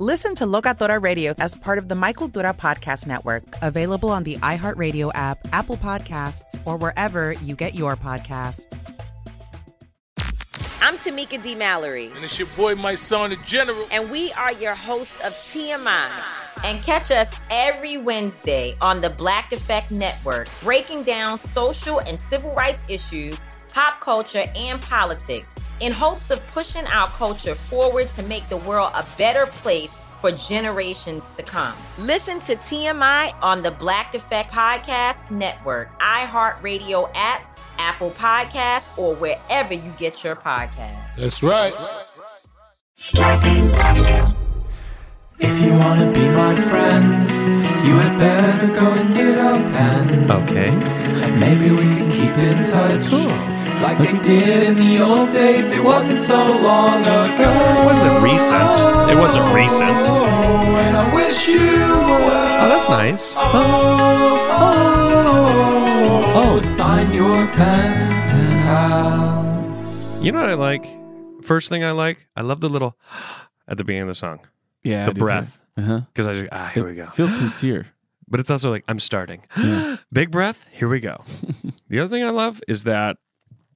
Listen to Locatora Radio as part of the Michael Dura Podcast Network, available on the iHeartRadio app, Apple Podcasts, or wherever you get your podcasts. I'm Tamika D. Mallory. And it's your boy, my son, the General. And we are your hosts of TMI. And catch us every Wednesday on the Black Effect Network, breaking down social and civil rights issues, pop culture, and politics in hopes of pushing our culture forward to make the world a better place for generations to come. Listen to TMI on the Black Effect Podcast Network, iHeartRadio app, Apple Podcasts, or wherever you get your podcasts. That's right. Scorpions Avenue. If you wanna be my friend, you had better go and get up and Okay. Maybe we could keep in touch. Cool. Like they did in the old days, it wasn't so long ago. It wasn't recent. It wasn't recent. And I wish you well. Oh, that's nice. Oh, oh, oh, oh. sign your penthouse. You know what I like? First thing I like, I love the little at the beginning of the song. Yeah, the Uh breath. Uh-huh. huh. Because I just, ah, here we go. Feels sincere. But it's also like I'm starting. Big breath. Here we go. the other thing I love is that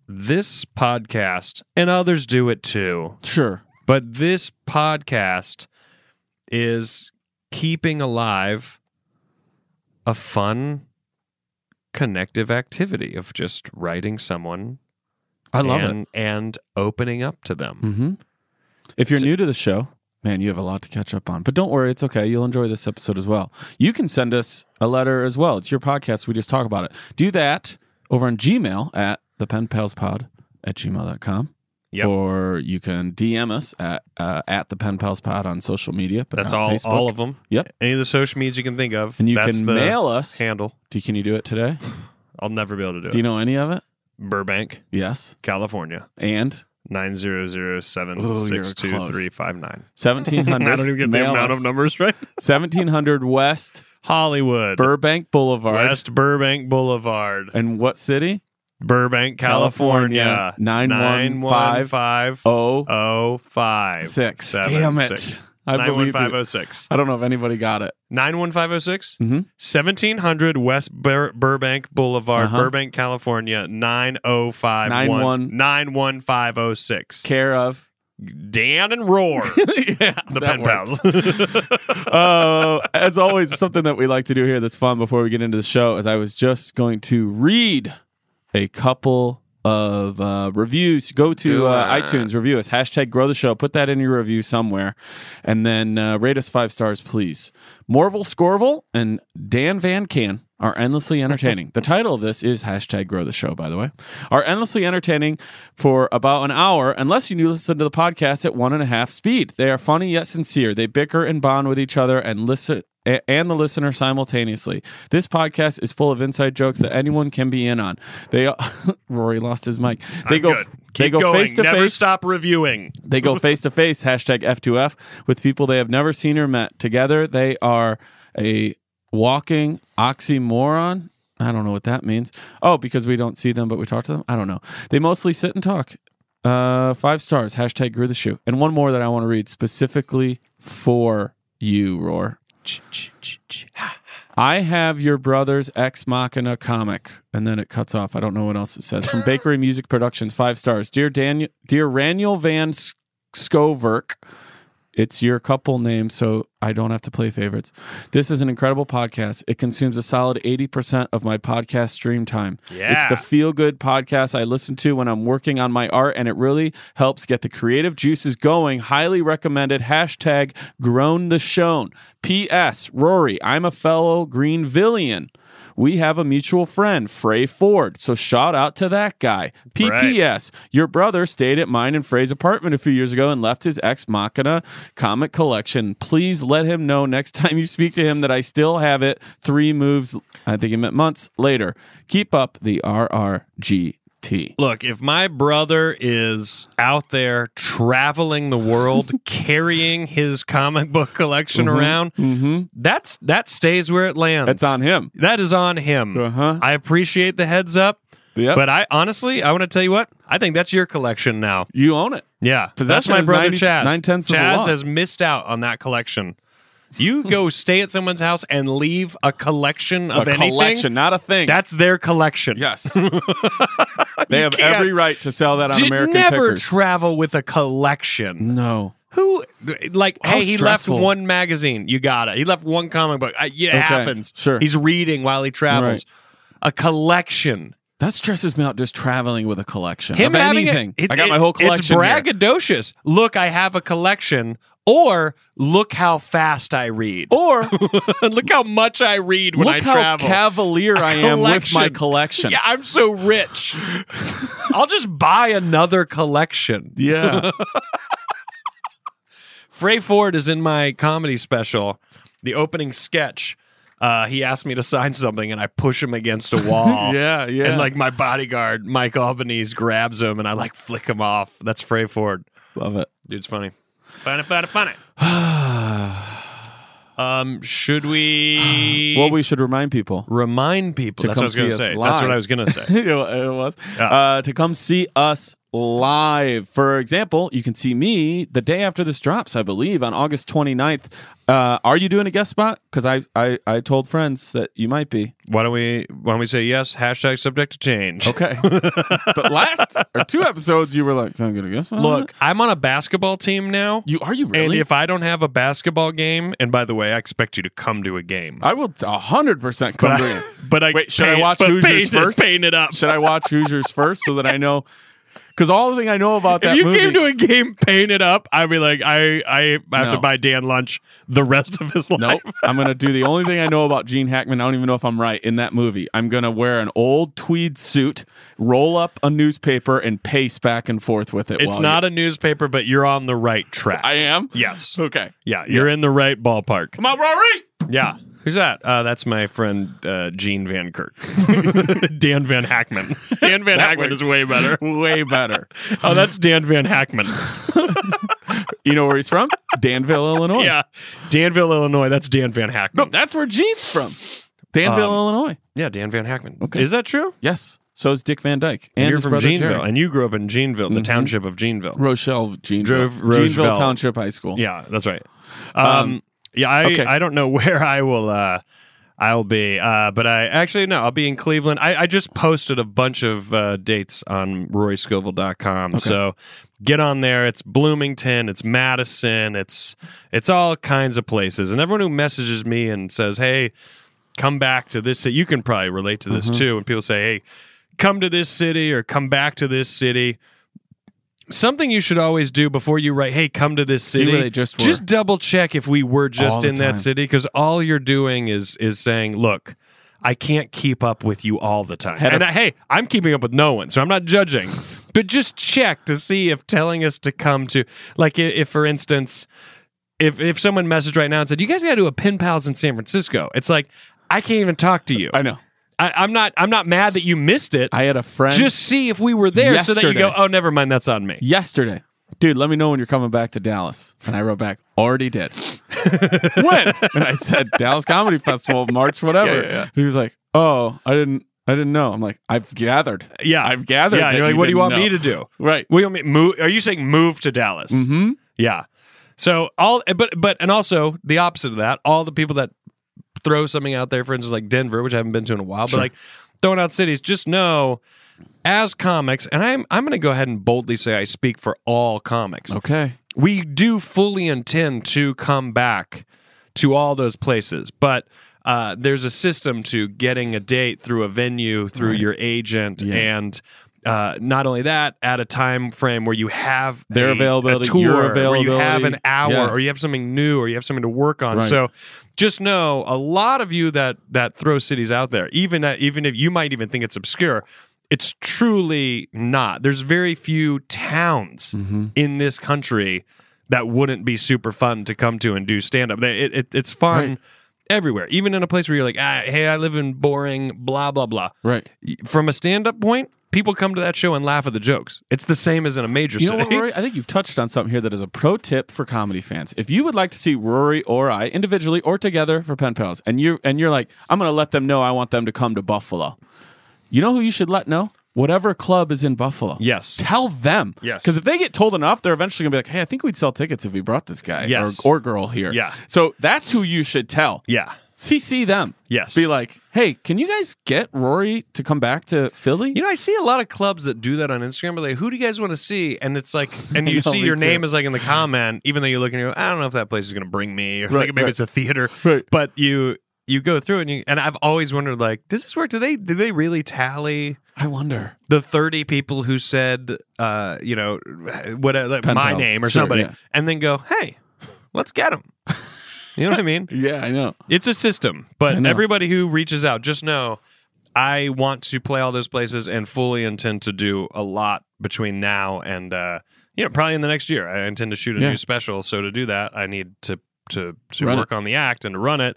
this podcast and others do it too. Sure. But this podcast is keeping alive a fun connective activity of just writing someone. I love and, it. And opening up to them. Mm-hmm. If you're so, new to the show, Man, you have a lot to catch up on. But don't worry, it's okay. You'll enjoy this episode as well. You can send us a letter as well. It's your podcast. We just talk about it. Do that over on Gmail at the penpalspod at gmail.com. Yep. Or you can DM us at uh, at the Pen Pals Pod on social media. But that's all, Facebook. all of them. Yep. Any of the social medias you can think of. And you that's can the mail us. Handle. Do, can you do it today? I'll never be able to do, Do it. you know any of it? Burbank, Yes. California. And Nine zero zero seven Ooh, you're six two three five nine. 1700. I don't even get the Mail amount us. of numbers right. 1700 West Hollywood, Burbank Boulevard. West Burbank Boulevard, And what city? Burbank, California, California, 915 Oh, Uh, 915 six. Damn it. I believed it. 91506. I don't know if anybody got it. 91506, Mhm. 1700 West Bur- Burbank Boulevard, Uh-huh. Burbank, California, 905 91. 91506. Care of. Dan and Roar, yeah, the that pen works. pals. uh, as always, something that we like to do here that's fun before we get into the show is I was just going to read a couple of uh, reviews. Go to Do uh, it. iTunes, review us, hashtag grow the show, put that in your review somewhere, and then uh, rate us five stars, please. Morval Scorval and Dan Van Can are endlessly entertaining. the title of this is hashtag grow the show, by the way, are endlessly entertaining for about an hour, unless you listen to the podcast at one and a half speed. They are funny yet sincere. They bicker and bond with each other and listen a- and the listener simultaneously. This podcast is full of inside jokes that anyone can be in on. They Rory lost his mic. They I'm go good. Keep they go going. face to Never face. stop reviewing. They go face to face, hashtag F2F, with people they have never seen or met. Together, they are a walking oxymoron. I don't know what that means. Oh, because we don't see them, but we talk to them? I don't know. They mostly sit and talk. Uh, five stars, hashtag grew the shoe. And one more that I want to read specifically for you, Roar. I have your brother's ex machina comic, and then it cuts off. I don't know what else it says. From Bakery Music Productions, five stars. Dear Daniel, dear Raniel Van Sk- Skoverk, It's your couple name, so I don't have to play favorites. This is an incredible podcast. It consumes a solid 80% of my podcast stream time. Yeah. It's the feel good podcast I listen to when I'm working on my art, and it really helps get the creative juices going. Highly recommended. Hashtag grown the shown. P.S. Rory, I'm a fellow Greenvillian. We have a mutual friend, Frey Ford. So shout out to that guy. PPS, your brother stayed at mine and Frey's apartment a few years ago and left his ex Machina comic collection. Please let him know next time you speak to him that I still have it three moves, I think he meant months later. Keep up the RRGT. Look, if my brother is out there traveling the world carrying his comic book collection around, that's that stays where it lands. Mm-hmm. That's on him. That is on him. Uh-huh. I appreciate the heads up, Yep. but I honestly, I want to tell you what I think that's your collection now. you own it. Yeah, that's Possession my is brother 90 Chaz. nine-tenths of the Chaz law. has missed out on that collection. You go stay at someone's house and leave a collection of a anything. collection, not a thing. That's their collection. yes. they have can't- every right to sell that on Did American never Pickers. travel with a collection. no. Who like? How hey, he stressful. left one magazine. You got it. He left one comic book. I, yeah, it Okay, happens. sure. he's reading while he travels. A collection. That stresses me out just traveling with a collection Him of having anything. It, it- I got my it- whole collection. It's here. braggadocious. Look, I have a collection. Or look how fast I read. Or look how much I read when Oh. look I how travel. cavalier I am with my collection. Yeah, I'm so rich. I'll just buy another collection. Yeah. Frey Ford is in my comedy special, the opening sketch. Uh, he asked me to sign something, and I push him against a wall. yeah, yeah. And like my bodyguard, Mike Albanese, grabs him, and I like flick him off. That's Frey Ford. love it. Dude's funny. Funny, funny, funny. um, should we? Well, we should remind people. remind people. To That's what come I was gonna see us say. That's what live. I was gonna say. it wa- it was Yeah. uh, to come see us live. For example, you can see me the day after this drops, I believe, on August 29th. Uh, are you doing a guest spot? Because I, I I told friends that you might be. Why don't we? Why don't we say yes? Hashtag subject to change. Okay. but last or two episodes, you were like, "Can I get a guest spot?" Look, I'm on a basketball team now. you are you really? And if I don't have a basketball game, and by the way, I expect you to come to a game. I will hundred percent but come to I, you. but I Wait, should I paint- watch but Hoosiers paint it- first? paint it up. Should I watch Hoosiers first so that I know? Because all the thing I know about if that you movie, came to a game, paint it up. I'd be like, I, I have to No. buy Dan lunch the rest of his life. nope. I'm gonna do the only thing I know about Gene Hackman. I don't even know if I'm right in that movie. I'm gonna wear an old tweed suit, roll up a newspaper, and pace back and forth with it. It's while not You- a newspaper, but you're on the right track. I am. yes. Okay. Yeah, you're in the right ballpark. Come on, Rory. Yeah. Who's that? Uh, that's my friend uh, Gene Van Kirk. Dan Van Hackman. Dan Van That Hackman works. is way better. Way better. Oh, that's Dan Van Hackman. You know where he's from? Danville, Illinois. yeah. Danville, Illinois. That's Dan Van Hackman. That's where Gene's from. Danville, Um, Illinois. Yeah, Dan Van Hackman. Okay. Is that true? Yes. So is Dick Van Dyke. And You're his from brother Jeanville, Jerry. Mm-hmm. and you grew up in Jeanville, the township of Jeanville. Rochelle Jeanville. Drove- Jeanville Roosevelt. Township High School. Yeah, that's right. Um, yeah, I, okay. I don't know where I will uh, I'll be, uh, but I actually no, I'll be in Cleveland. I, I just posted a bunch of uh, dates on RoyScoville.com, so get on there. It's Bloomington, it's Madison, it's it's all kinds of places, and everyone who messages me and says, "Hey, come back to this," city," you can probably relate to this too. When people say, "Hey, come to this city" or "Come back to this city." Something you should always do before you write, "Hey, come to this See city." where they just were. double check if we were All just the in that time. city because all you're doing is is saying, "Look, I can't keep up with you all the time." Had a- and I, hey, I'm keeping up with no one, so I'm not judging. but just check to see if telling us to come to, like, i- if for instance, if if someone messaged right now and said, "You guys got to do a pen pals in San Francisco," it's like I can't even talk to you. I know. I, I'm not. I'm not mad that you missed it. I had a friend just see if we were there, so that you go, Yesterday. "Oh, never mind, that's on me." yesterday. Dude, let me know when you're coming back to Dallas. And I wrote back, already did. when? And I said, Dallas Comedy Festival, March, whatever. Yeah, yeah, yeah. He was like, Oh, I didn't I didn't know. I'm like, I've gathered. Yeah, I've gathered. Yeah, that you're like, what do you didn't want know." me to do? Right. What do you want me move? Are you saying move to Dallas? Mm-hmm. Yeah. So all, but but and also the opposite of that, all the people that throw something out there, for instance, like Denver, which I haven't been to in a while, Sure. but like throwing out cities, just know as comics, and I'm I'm going to go ahead and boldly say I speak for all comics. Okay. we do fully intend to come back to all those places, but uh, there's a system to getting a date through a venue, through your agent, and uh, not only that, at a time frame where you have Their a- availability, a tour, your where you have an availability. hour, Yes. or you have something new, or you have something to work on. Right. So just know a lot of you that that throw cities out there, even at, even if you might even think it's obscure. It's truly not. There's very few towns Mm-hmm. in this country that wouldn't be super fun to come to and do stand up. It, it, it's fun Right. everywhere, even in a place where you're like, ah, hey, I live in boring, blah, blah, blah. Right. From a stand up point, people come to that show and laugh at the jokes. It's the same as in a major You know city. what, Rory? I think you've touched on something here that is a pro tip for comedy fans. If you would like to see Rory or I individually or together for pen pals, and you and you're like, I'm going to let them know I want them to come to Buffalo. You know who you should let know? Whatever club is in Buffalo. Yes. Tell them. Yes. Because if they get told enough, they're eventually going to be like, hey, I think we'd sell tickets if we brought this guy Yes. or, or girl here. Yeah. So that's who you should tell. yeah. CC them. Yes. Be like, hey, can you guys get Rory to come back to Philly? You know, I see a lot of clubs that do that on Instagram. But like, who do you guys want to see? And it's like, and you know, see me your too. name is like in the comment, even though you look and you go, I don't know if that place is going to bring me, or Right, like, maybe right. it's a theater. Right. But you you go through and you and I've always wondered like, does this work? Do they do they really tally? I wonder. the 30 people who said uh you know whatever like Pen my pals. name or Sure, somebody yeah. and then go hey let's get them you know what i mean Yeah, I know. it's a system I but know. everybody who reaches out just know i want to play all those places and fully intend to do a lot between now and uh you know probably in the next year i intend to shoot a Yeah. new special so to do that i need to to to Run work on the act and to run it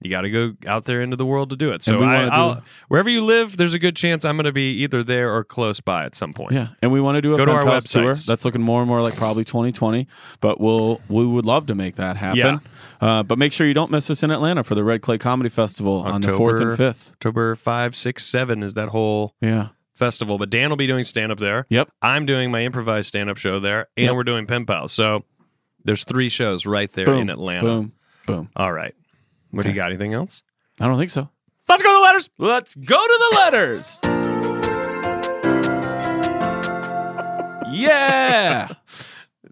you got to go out there into the world to do it. So we I, wanna do- I'll, wherever you live, there's a good chance I'm going to be either there or close by at some point. Yeah, and we want to do a Go to pen our pals tour. websites. That's looking more and more like probably 2020, but we'll we would love to make that happen. Yeah. Uh, but make sure you don't miss us in Atlanta for the Red Clay Comedy Festival on the fourth and October- fifth. October five, six, seven is that whole Yeah. festival. But Dan will be doing stand up there. Yep. I'm doing my improvised stand up show there, and Yep. we're doing Pen Pals. So there's three shows right there Boom. in Atlanta. Boom. Boom. All right. What do you got? Anything else? I don't think so. Let's go to the letters. Let's go to the letters. yeah.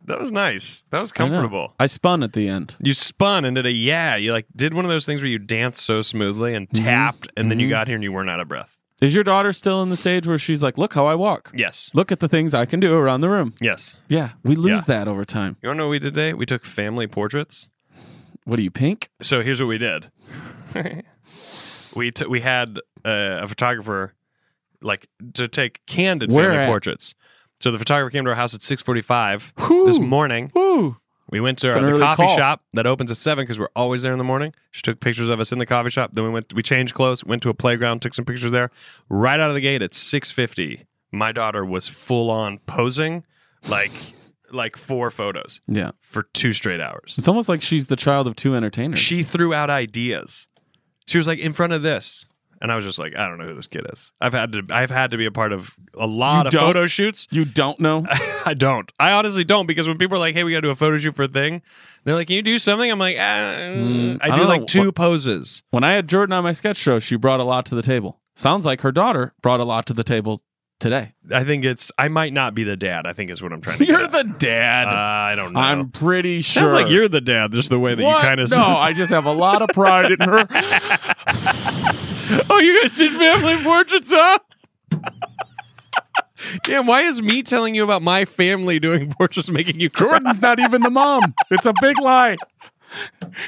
That was nice. That was I know. comfortable. I spun at the end. You spun and did a yeah. You like did one of those things where you danced so smoothly and Mm-hmm. tapped, and then you got here and you weren't out of breath. Is your daughter still in the stage where she's like, "Look how I walk. Yes. Look at the things I can do around the room." Yes. Yeah, we lose Yeah. that over time. You want to know what we did today? We took family portraits. What are you pink? So here's what we did. we t- we had uh, a photographer like to take candid Where family at? portraits. So the photographer came to our house at 6:45 this Whew. morning. Ooh. We went to It's an our, the early coffee call. shop that opens at seven because we're always there in the morning. She took pictures of us in the coffee shop. Then we went, we changed clothes, went to a playground, took some pictures there. Right out of the gate at six fifty, my daughter was full on posing, like like four photos Yeah. for two straight hours. It's almost like she's the child of two entertainers. She threw out ideas. She was like in front of this, and I was just like, I don't know who this kid is. I've had to I've had to be a part of a lot You of don't? photo shoots. you don't know. I don't. I honestly don't because when people are like, "Hey, we got to do a photo shoot for a thing," they're like, "Can you do something?" I'm like, ah, Mm. I I do don't like know. two poses. When I had Jordan on my sketch show, she brought a lot to the table. Sounds like her daughter brought a lot to the table today. I think it's. I might not be the dad. I think is what I'm trying to. You're get at. the dad. Uh, I don't know. I'm pretty sure. Sounds like you're the dad. Just the way that What? you kind of. No, I just have a lot of pride in her. oh, you guys did family portraits, huh? Damn. Why is me telling you about my family doing portraits making you cry? Jordan's not even the mom. It's a big lie.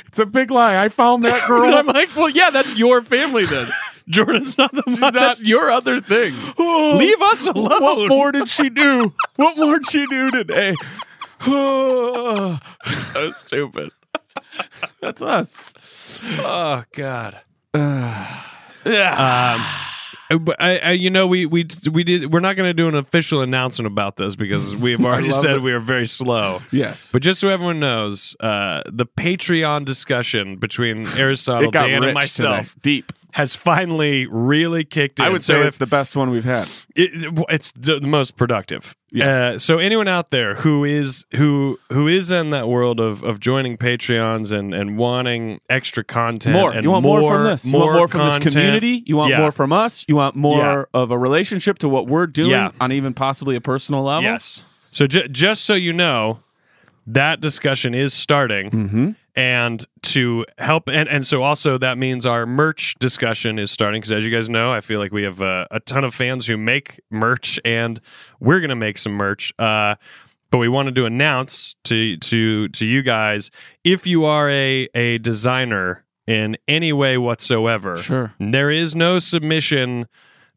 It's a big lie. I found that girl. I'm like, well, yeah, that's your family then. Jordan's not the mom. That's your other thing. Leave us alone. Oh. What more did she do? What more did she do today? so stupid. That's us. Oh God. um, but I, I, you know, we we we did. We're not going to do an official announcement about this because we've already love said it. we are very slow. Yes. But just so everyone knows, uh, the Patreon discussion between Aristotle, it got Dan, rich and myself today. deep. has finally really kicked in. I would so say if it's the best one we've had. it, it's the the most productive. Yes. Uh, so anyone out there who is who who is in that world of of joining Patreons and and wanting extra content, More. and You want more, from this. You want more from content. this community. You want Yeah. more from us. You want more of a relationship to what we're doing Yeah. on even possibly a personal level. Yes. So ju- just so you know, that discussion is starting and to help and, and so also that means our merch discussion is starting because as you guys know i feel like we have uh, a ton of fans who make merch and we're gonna make some merch uh, but we wanted to announce to to to you guys if you are a a designer in any way whatsoever Sure. there is no submission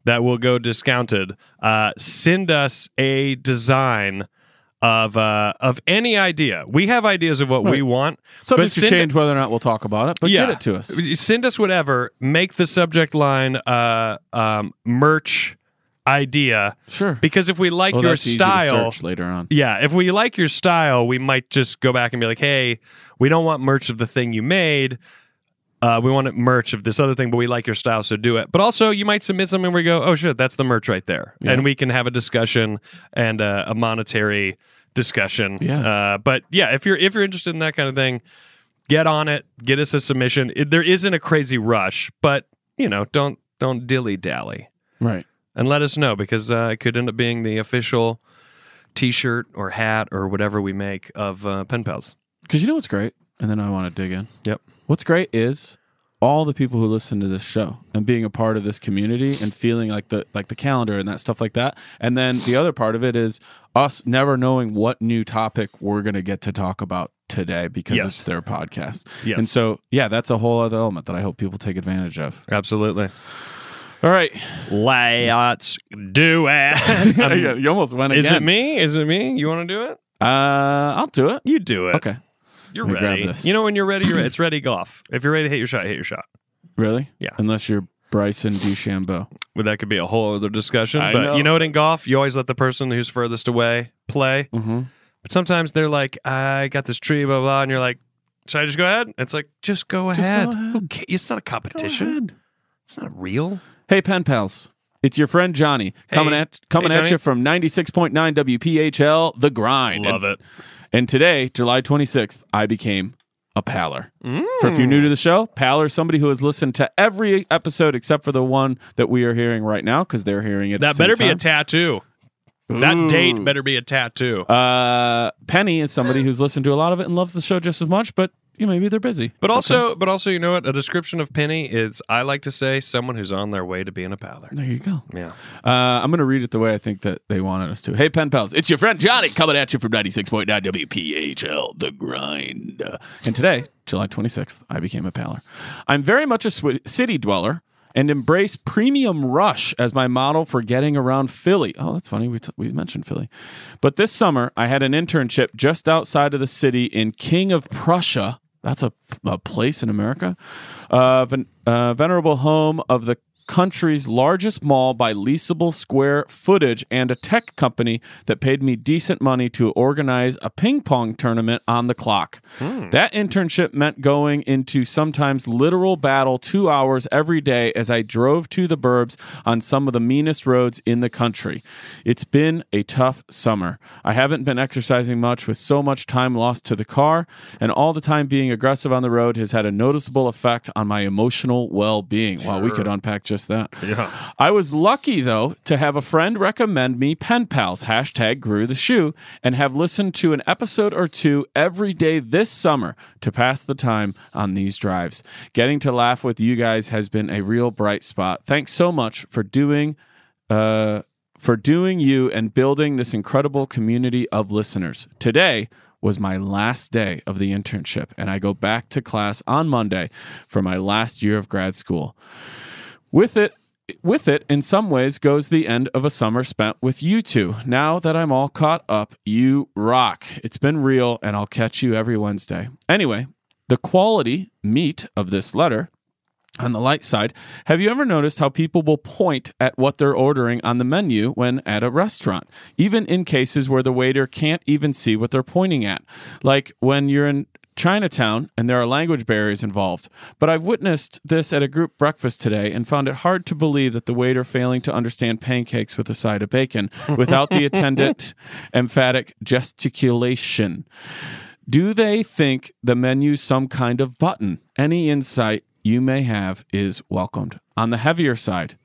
that will go discounted. Uh, send us a design of uh, of any idea. We have ideas of what we Right. want. So this could send, change whether or not we'll talk about it, but yeah. get it to us. Send us whatever. Make the subject line uh, um, merch idea. Sure. Because if we like Well, your that's easy to style, search later on. yeah, if we like your style, we might just go back and be like, hey, we don't want merch of the thing you made. Uh, we want it merch of this other thing, but we like your style, so do it. But also, you might submit something where we go, oh shit, that's the merch right there, and we can have a discussion and uh, a monetary discussion. Yeah. Uh, but yeah, if you're if you're interested in that kind of thing, get on it, get us a submission. It, there isn't a crazy rush, but you know, don't don't dilly dally Right. and let us know because uh, it could end up being the official T-shirt or hat or whatever we make of uh, pen pals. Because you know what's great? And then I want to dig in. Yep. What's great is all the people who listen to this show and being a part of this community and feeling like the like the calendar and that stuff like that. And then the other part of it is us never knowing what new topic we're going to get to talk about today because Yes. it's their podcast. Yes. And so, yeah, that's a whole other element that I hope people take advantage of. Absolutely. All right. Let's do it. Um, you almost went is it me? Is it me? You want to do it? Uh, I'll do it. You do it. Okay. You're Let me grab ready. this. You know when you're ready, you're ready. It's ready golf. If you're ready to hit your shot, hit your shot. Really? Yeah. Unless you're Bryson DeChambeau. Well, that could be a whole other discussion. I but know. you know what? In golf, you always let the person who's furthest away play. Mm-hmm. But sometimes they're like, I got this tree, blah, blah. And you're like, should I just go ahead? It's like, just go Just go ahead. ahead. Who ca- It's not a competition. It's not real. Hey, pen pals. It's your friend Johnny coming Hey. at coming Hey, at Johnny. you from 96.9 WPHL The Grind. Love and, it. And today, July 26th, I became a paler. For if you're new to the show, paler is somebody who has listened to every episode except for the one that we are hearing right now because they're hearing it. at That the same better be a time. tattoo. That date better be a tattoo. uh, Penny is somebody who's listened to a lot of it and loves the show just as much, but you know, maybe they're busy. but It's also, okay. but also, you know what? A description of Penny is, I like to say, someone who's on their way to being a paler. there you go. Yeah. Uh, I'm going to read it the way I think that they wanted us to. Hey, pen pals, it's your friend Johnny coming at you from 96.9 WPHL, The Grind. And today, July 26th, I became a paler. I'm very much a swi city dweller and embrace Premium Rush as my model for getting around Philly. Oh, that's funny. We, t- we mentioned Philly. But this summer, I had an internship just outside of the city in King of Prussia. That's a, a place in America. Uh, ven- uh, venerable home of the country's largest mall by leasable square footage and a tech company that paid me decent money to organize a ping pong tournament on the clock. That internship meant going into sometimes literal battle 2 hours every day as I drove to the burbs on some of the meanest roads in the country. It's been a tough summer. I haven't been exercising much with so much time lost to the car and all the time being aggressive on the road has had a noticeable effect on my emotional well-being. Wow, we could unpack just that. Yeah. I was lucky though to have a friend recommend me pen pals hashtag grew the shoe and have listened to an episode or two every day this summer to pass the time on these drives. Getting to laugh with you guys has been a real bright spot. Thanks so much for doing uh, for doing you and building this incredible community of listeners. Today was my last day of the internship, and I go back to class on Monday for my last year of grad school. With it, with it, in some ways, goes the end of a summer spent with you two. Now that I'm all caught up, you rock. It's been real, and I'll catch you every Wednesday. Anyway, the quality meat of this letter on the light side, have you ever noticed how people will point at what they're ordering on the menu when at a restaurant, even in cases where the waiter can't even see what they're pointing at? Like when you're in Chinatown and there are language barriers involved. But I've witnessed this at a group breakfast today and found it hard to believe that the waiter failing to understand pancakes with a side of bacon without the attendant emphatic gesticulation. Do they think the menu's some kind of button? Any insight you may have is welcomed. On the heavier side,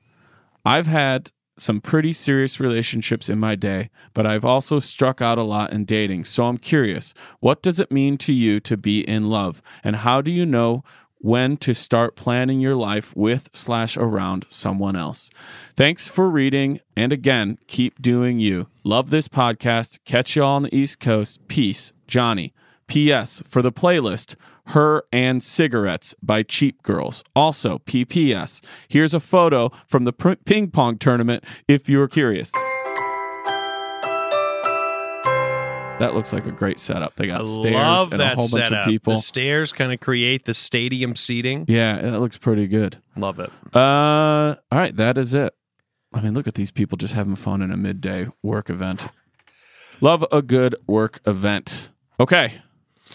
I've had some pretty serious relationships in my day, but I've also struck out a lot in dating. So I'm curious, what does it mean to you to be in love? And how do you know when to start planning your life with slash around someone else? Thanks for reading. And again, keep doing you. Love this podcast. Catch y'all on the East Coast. Peace, Johnny. P.S. for the playlist, Her and Cigarettes by Cheap Girls. Also, P.P.S. Here's a photo from the pr- ping pong tournament if you're curious. That looks like a great setup. They got I stairs love and that a whole bunch setup. of people. The stairs kind of create the stadium seating. yeah, that looks pretty good. Love it. Uh, all right, that is it. I mean, look at these people just having fun in a midday work event. Love a good work event. Okay,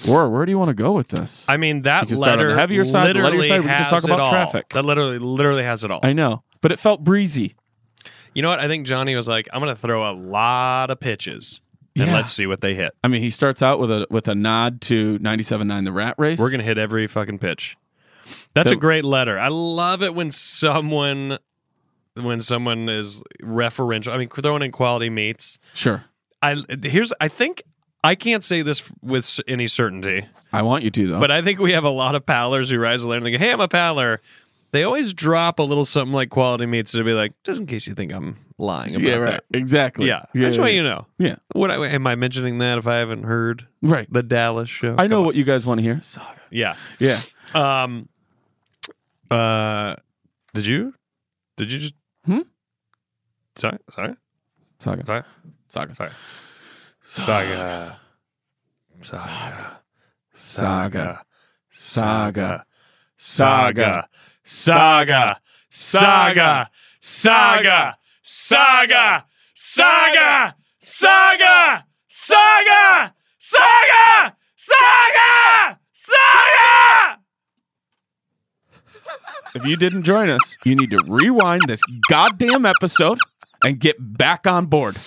War, where do you want to go with this? I mean, that We can start on the letter heavier side, the lighter literally side, we can just talk has about it all. traffic. That literally, literally has it all. I know, but it felt breezy. you know what? I think Johnny was like, "I'm going to throw a lot of pitches, and Yeah. let's see what they hit. I mean, he starts out with a with a nod to 97.9 The Rat Race. We're going to hit every fucking pitch." That's The- a great letter. I love it when someone, when someone is referential. I mean, throwing in quality meats. sure. I here's. I think I can't say this with s- any certainty. I want you to though. But I think we have a lot of pallers who rise to the letter and they go, hey, I'm a paller. They always drop a little something like quality meats to be like, just in case you think I'm lying about yeah, right. that. Exactly. Yeah. I just want you to know. Yeah. What I, am I mentioning that if I haven't heard Right. the Dallas show? I know Come on. what you guys want to hear. Saga. Yeah. Yeah. Um. Uh. Did you? Did you just? Hmm? Sorry. Sorry. Saga. Sorry. Saga. Sorry. Saga. Saga. Saga. Saga. Saga. Saga. Saga. Saga. Saga. Saga. Saga. Saga. Saga. Saga. Saga. Saga. If you didn't join us, you need to rewind this goddamn episode and get back on board.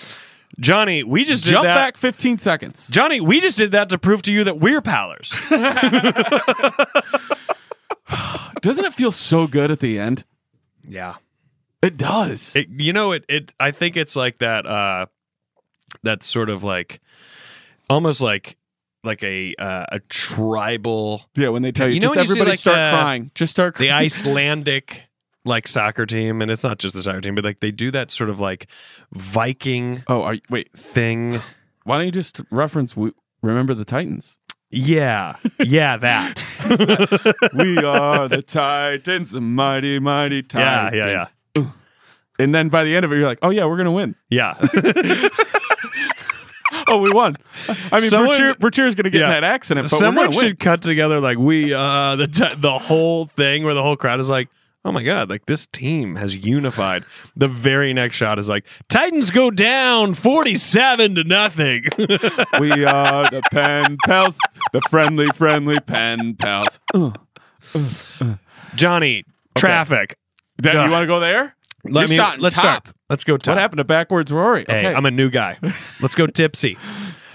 Johnny, we just Jump did that. back 15 seconds. Johnny, we just did that to prove to you that we're pallers. Doesn't it feel so good at the end? yeah. It does. It, you know, it, it, I think it's like that, uh, that sort of like, almost like, like a, uh, a tribal, yeah, when they tell you, You know just when you see, everybody like, start the- crying. Just start the crying. Icelandic, like soccer team. And it's not just the soccer team, but like they do that sort of like Viking Oh, are you, wait. thing. Why don't you just reference we, Remember the Titans? Yeah. Yeah. That. we are the Titans, the mighty, mighty Yeah, yeah, Titans. yeah. And then by the end of it, you're like, oh, yeah, we're going to win. yeah. Oh, we won. I mean, Someone- Bertier, Bertier's going to get Yeah. in that accident, but we're Someone gonna win. should cut together like we uh the t- the whole thing where the whole crowd is like, "Oh my god, like this team has unified." The very next shot is like, "Titans go down 47 to nothing." We are the pen pals, the friendly, friendly pen pals. Ugh. Johnny, traffic. Then Ugh. you want to go there? Let You're me starting let's top. start. Let's go top. What happened to backwards Rory? Hey, I'm a new guy. Let's go tipsy.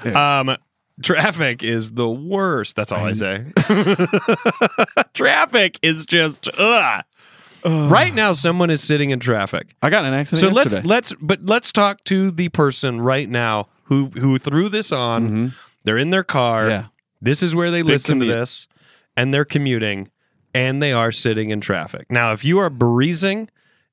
Um Traffic is the worst. That's all I say. traffic is just ugh. Right now, someone is sitting in traffic. I got in an accident so let's yesterday. let's but let's talk to the person right now who who threw this on they're in their car Mm-hmm. Yeah. this is where they listen commute. to this and they're commuting and they are sitting in traffic now if you are breezing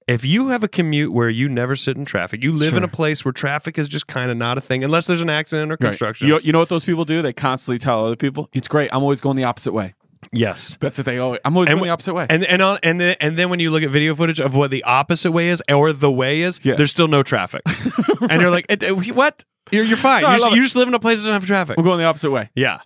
if you have a commute where you never sit in traffic you live in Sure. a place where traffic is just kind of not a thing unless there's an accident or Right. construction You, you know what those people do? They constantly tell other people, "It's great. I'm always going the opposite way." yes That's what they always. I'm always And going wh- the opposite way. and and on, and then, and then when you look at video footage of what the opposite way is or the way is, Yeah. there's still no traffic, and you're like, "Eh, eh, what? You're, you're fine. No, I you, just, love you it. just live in a place that doesn't have traffic. I'm going the opposite way. Yeah,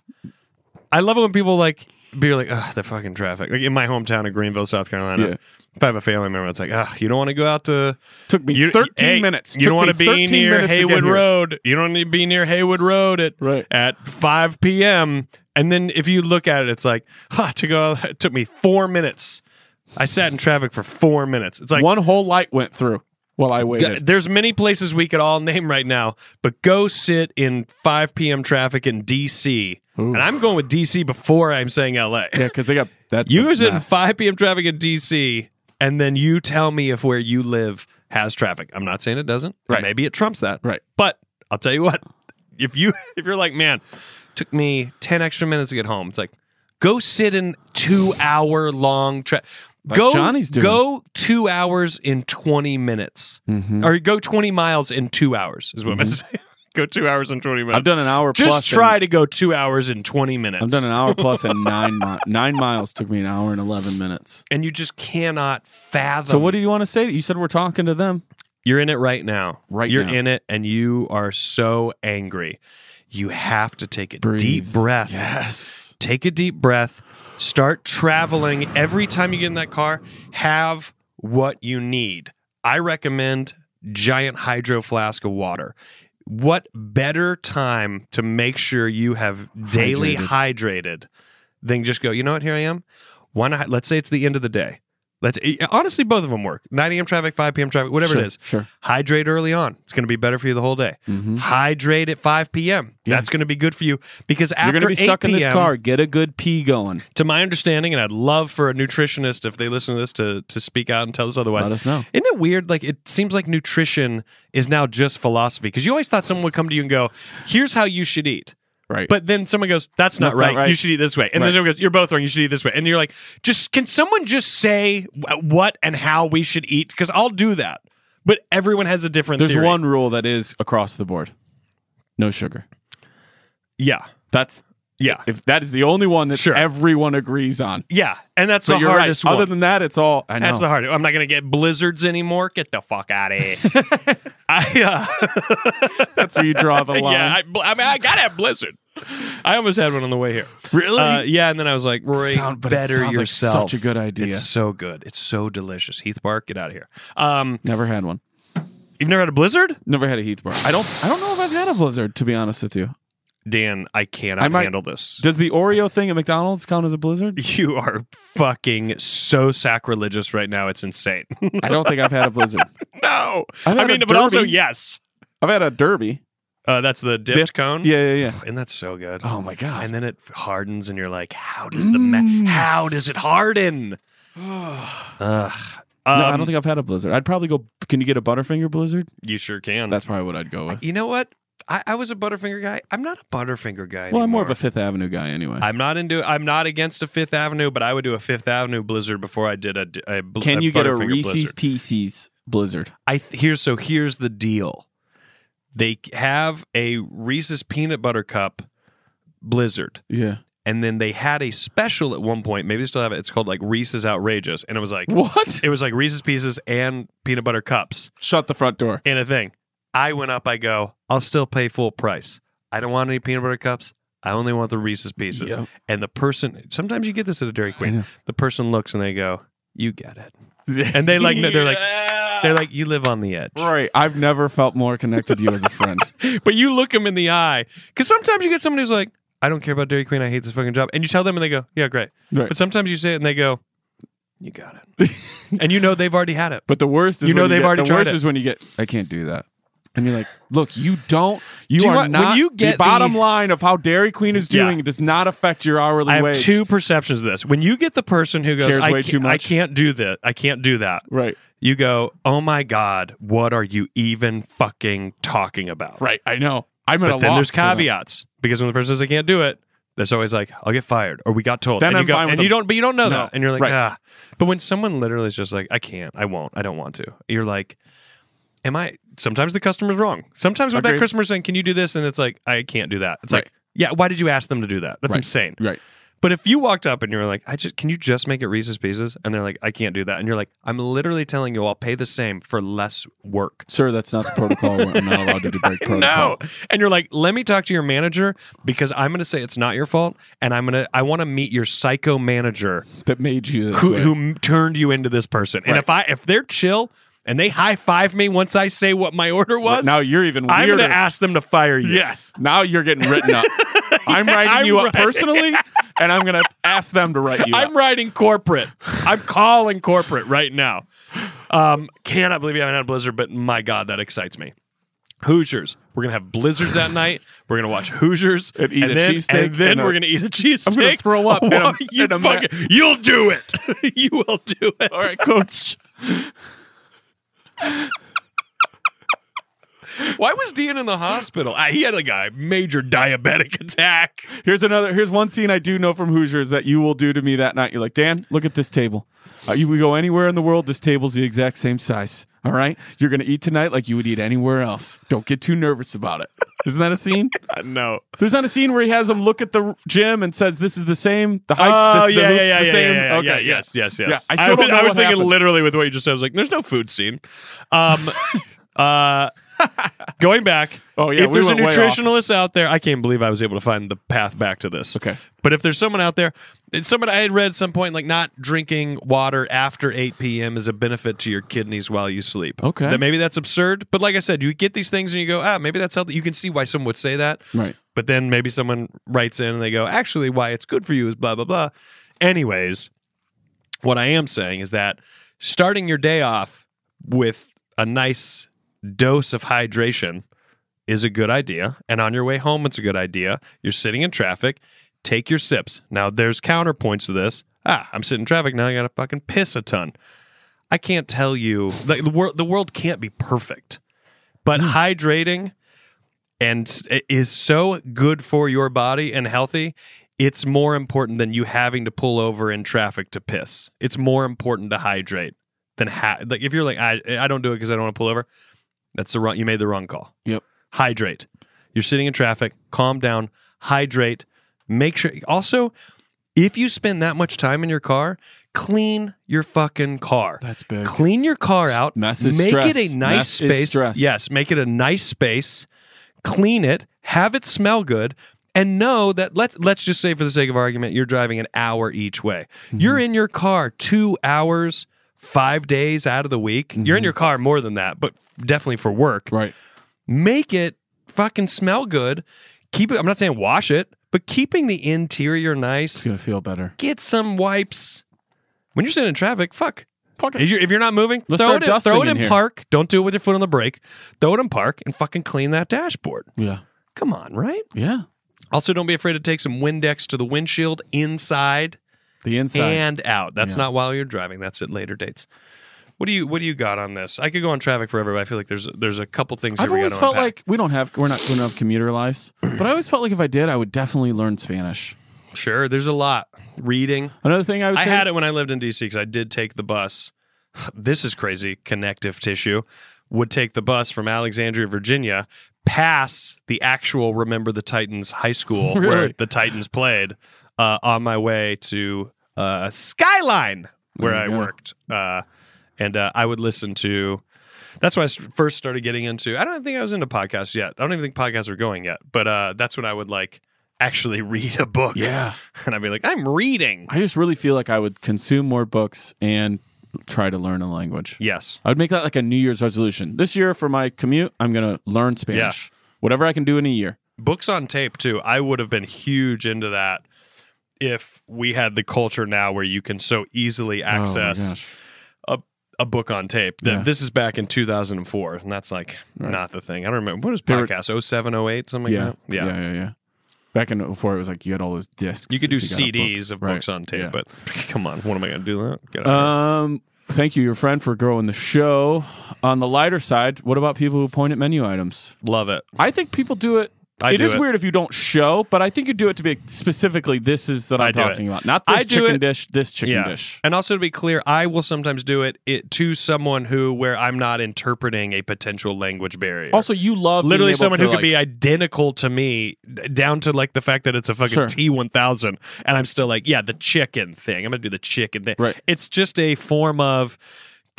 I love it when people like be like, ugh, the fucking traffic. Like in my hometown of Greenville, South Carolina, Yeah. if I have a family member, it's like, ugh, you don't want to go out to. Took me You, 13 hey, minutes. You Took don't want to me be 13 near minutes to get Haywood here. Road. You don't need to be near Haywood Road at Right. at 5 p.m. And then if you look at it, it's like, huh, to go. It took me four minutes. I sat in traffic for four minutes. It's like One whole light went through while I g- waited. there's many places we could all name right now, but go sit in 5 p.m. traffic in D.C. Ooh. And I'm going with D.C. before I'm saying L.A. yeah, because they got that's You a was in mess. 5 p.m. traffic in D.C. And then you tell me if where you live has traffic. I'm not saying it doesn't. and Right. Maybe it trumps that. Right. But I'll tell you what, if you if you're like, man, took me ten extra minutes to get home, it's like, go sit in two hour long traffic. Like go Johnny's doing. go two hours in twenty minutes, Mm-hmm. or go twenty miles in two hours is what I'm saying. go two hours in twenty minutes. I've done an hour Just plus. try and- to go two hours in twenty minutes. I've done an hour plus and nine mi- nine miles took me an hour and eleven minutes. and you just cannot fathom. So what do you want to say? You said we're talking to them. You're in it right now. Right You're now. in it and you are so angry. You have to take a Breathe. deep breath. Yes. Take a deep breath. Start traveling. Every time you get in that car, have what you need. I recommend giant hydro flask of water. What better time to make sure you have daily hydrated than just go, you know what, here I am? Why not? Let's say it's the end of the day. Let's eh, honestly, both of them work. 9 a.m. traffic, 5 p.m. traffic, whatever Sure, it is. sure. Mm-hmm. Hydrate early on. It's going to be better for you the whole day. Hydrate at 5 p.m. That's going to be good for you because after You're gonna be 8 stuck in this p.m., car. Get a good pee going. To my understanding, and I'd love for a nutritionist if they listen to this to to speak out and tell us otherwise. Let us know. Isn't it weird? Like it seems like nutrition is now just philosophy because you always thought someone would come to you and go, "Here's how you should eat." Right. But then someone goes, "That's not, That's not right. right. You should eat this way." And Right. then someone goes, "You're both wrong. You should eat this way." And you're like, "Just can someone just say wh- what and how we should eat?" Because I'll do that. But everyone has a different. there's theory. one rule that is across the board. No sugar. Yeah. That's Yeah. if that is the only one that Sure. everyone agrees on. Yeah. And that's the you're right. hardest one. Other than that, it's all I know. That's the hard. I'm not going to get blizzards anymore. Get the fuck out of here. I, uh, That's where you draw the line. yeah, I, bl- I mean, I got to have blizzard. I almost had one on the way here. Really? Uh, yeah, and then I was like, Rory, Sound- but it better sounds like yourself. such a good idea. It's so good. It's so delicious. Heath Bark, get out of here. Um, Never had one. you've never had a blizzard, Never had a Heath bar. I don't. I don't know if I've had a blizzard. To be honest with you, Dan? I cannot I might- handle this. does the Oreo thing at McDonald's count as a blizzard? you are fucking so sacrilegious right now. It's insane. I don't think I've had a blizzard. no, I've I had a mean, but also Derby. yes. I've had a Derby. Uh, that's the dipped Dip- cone. Yeah, yeah, yeah. and that's so good. Oh my god. Mm. and then it hardens and you're like how does the ma- how does it harden Ugh. no, I Um, don't think I've had a blizzard. I'd probably go. Can you get a Butterfinger blizzard? you sure can That's probably what I'd go with. you know what I, I was a butterfinger guy i'm not a butterfinger guy Well, I'm more anymore. of a Fifth Avenue guy anyway. i'm not into i'm not against a fifth avenue but i would do a fifth avenue blizzard before i did a, d- a bl- Can you get a Butterfinger Reese's blizzard. Pieces blizzard? I th- here's so here's the deal. They have a Reese's peanut butter cup blizzard, Yeah. and then they had a special at one point. Maybe they still have it. It's called like Reese's outrageous, and it was like What? It was like Reese's Pieces and peanut butter cups Shut the front door. in a thing. I went up, I go, I'll still pay full price. I don't want any peanut butter cups. I only want the Reese's Pieces. Yep. And the person, sometimes you get this at a Dairy I Queen. know. The person looks and they go, You get it. And they like, they're like, they're like, You live on the edge. Right. I've never felt more connected to you as a friend. But you look them in the eye. Because sometimes you get somebody who's like, I don't care about Dairy Queen. I hate this fucking job. And you tell them and they go, Yeah, great. Right. But sometimes you say it and they go, You got it. and you know they've already had it. But the worst is You know when they've get- already the tried worst it. is when you get I can't do that. And you're like, look, you don't you, Do you are want- when not you get the the- bottom line of how Dairy Queen is Yeah. doing does not affect your hourly I have wage. two perceptions of this. When you get the person who goes, Cares I, way ca- too much. I can't do that. I can't do that. Right. You go, oh my God, what are you even fucking talking about? Right. I know. I'm at But a then loss there's for that. caveats because when the person says, I can't do it, there's always like, I'll get fired or we got told. Then and I'm you go, fine with and you them. don't, but you don't know No. that. And you're like, Right. ah. But when someone literally is just like, I can't, I won't, I don't want to, you're like, am I, sometimes the customer's wrong. Sometimes with Agreed. that customer's saying, can you do this? And it's like, I can't do that. It's Right. like, yeah, why did you ask them to do that? That's insane. Right. But if you walked up and you were like, "I just can you just make it Reese's Pieces?" and they're like, "I can't do that," and you're like, "I'm literally telling you, I'll pay the same for less work." Sir, that's not the protocol. I'm not allowed to break protocol. No, and you're like, "Let me talk to your manager because I'm going to say it's not your fault, and I'm gonna I want to meet your psycho manager That made you this who way. who m- turned you into this person." And Right. if I if they're chill and they high five me once I say what my order was, now you're even I'm weirder. going to ask them to fire you. Yes. Now you're getting written up. I'm writing I'm you up writing- personally, and I'm gonna ask them to write you I'm up. writing corporate. I'm calling corporate right now. Um, cannot believe you haven't had a blizzard, but my God, that excites me. Hoosiers. We're gonna have blizzards that night. We're gonna watch Hoosiers And eat a then, cheesesteak and then and a- we're gonna eat a cheesesteak. I'm gonna throw up and I'm- you and I'm fucking, you'll do it. you will do it. All right, coach. Why was Dean in the hospital? Ah, he had like a major diabetic attack. Here's another. Here's one scene I do know from Hoosiers that you will do to me that night. You're like, Dan, look at this table. Uh, you, we go anywhere in the world, this table's the exact same size. All right, you're gonna eat tonight like you would eat anywhere else. Don't get too nervous about it. Isn't that a scene? Uh, no. There's not a scene where he has him look at the gym and says, "This is the same. The heights, this, the hoops, the same." Oh, yeah, okay, yeah, yeah. yes, yes, yes. Yeah, I still was, don't know I was what thinking happened. literally with what you just said. I was like, "There's no food scene." Um, uh, going back. Oh, yeah, If we there's a went way off. nutritionalist out there, I can't believe I was able to find the path back to this. Okay. But if there's someone out there, it's someone I had read at some point, like not drinking water after 8 p.m. is a benefit to your kidneys while you sleep. Okay. That maybe that's absurd, but like I said, you get these things and you go, ah, maybe that's healthy. You can see why someone would say that. Right. But then maybe someone writes in and they go, actually, why it's good for you is blah, blah, blah. Anyways, what I am saying is that starting your day off with a nice dose of hydration is a good idea. And on your way home, it's a good idea. You're sitting in traffic, take your sips. Now, there's counterpoints to this. Ah, I'm sitting in traffic now. I got to fucking piss a ton. I can't tell you, like, the, wor- the world can't be perfect, but hydrating and s- is so good for your body and healthy. It's more important than you having to pull over in traffic to piss. It's more important to hydrate than ha- like if you're like I I don't do it because I don't want to pull over. That's the wrong. You made the wrong call. Yep. Hydrate. You're sitting in traffic. Calm down. Hydrate. Make sure. Also, if you spend that much time in your car, clean your fucking car. That's big. Clean your car out. mess is make stress. it a nice Mess is space. stress. Yes, make it a nice space. Clean it. Have it smell good. And know that let let's just say for the sake of argument, you're driving an hour each way. Mm-hmm. You're in your car two hours, five days out of the week. You're Mm-hmm. in your car more than that, but definitely for work Right. make it fucking smell good. Keep it. I'm not saying wash it, but keeping the interior It's nice. gonna feel better. Get some wipes. When you're sitting in traffic, fuck. Fuck If you're, if you're not moving, Let's throw start it in, dusting throw in it in, here. park. Don't do it with your foot on the brake. Throw it in park and fucking clean that dashboard. Yeah. Come on, right? Yeah. Also, don't be afraid to take some Windex to the windshield inside The inside. and out. That's Yeah. not while you're driving. That's at later dates. What do you What do you got on this? I could go on traffic forever, but I feel like there's there's a couple things. I've here we always gotta felt unpack. like we don't have we're not going to have commuter lives, but I always felt like if I did, I would definitely learn Spanish. sure. There's a lot reading. Another thing I would I say, had it when I lived in DC because I did take the bus. This is crazy. Connective tissue would take the bus from Alexandria, Virginia, pass the actual Remember the Titans High School where Really? the Titans played uh, on my way to uh, Skyline where There I you go. worked, uh, and uh, I would listen to. That's when I s- first started getting into. I don't think I was into podcasts yet. I don't even think podcasts were going yet. But uh, that's when I would like actually read a book. Yeah. and I'd be like, I'm reading. I just really feel like I would consume more books and try to learn a language. Yes. I would make that like a New Year's resolution. This year for my commute, I'm going to learn Spanish. Whatever I can do in a year. books on tape too. I would have been huge into that if we had the culture now where you can so easily Oh my access gosh. a book on tape. Th- Yeah. This is back in 2004 and that's like Right. not the thing. I don't remember what is They were- podcast 07 08 something yeah. like that. Yeah. Yeah, yeah, yeah. Back in 04 it was like you had all those discs. You could do if got a book. CDs of Right. books on tape, Yeah. but come on, what am I going to do that? Get out of Um, thank you, your friend, for growing the show. On the lighter side, what about people who point at menu items? here. Love it. I think people do it. I It do is it. weird if you don't show, but I think you do it to be specifically. This is that I'm I do it. talking about, not this I do chicken it- dish. This chicken dish. And also to be clear, I will sometimes do it, it to someone who where I'm not interpreting a potential language barrier. Also, you love being literally able someone to, who could be like- identical to me d- down to like the fact that it's a fucking Sure. T1000 and I'm still like yeah the chicken thing I'm going to do the chicken thing Right. it's just a form of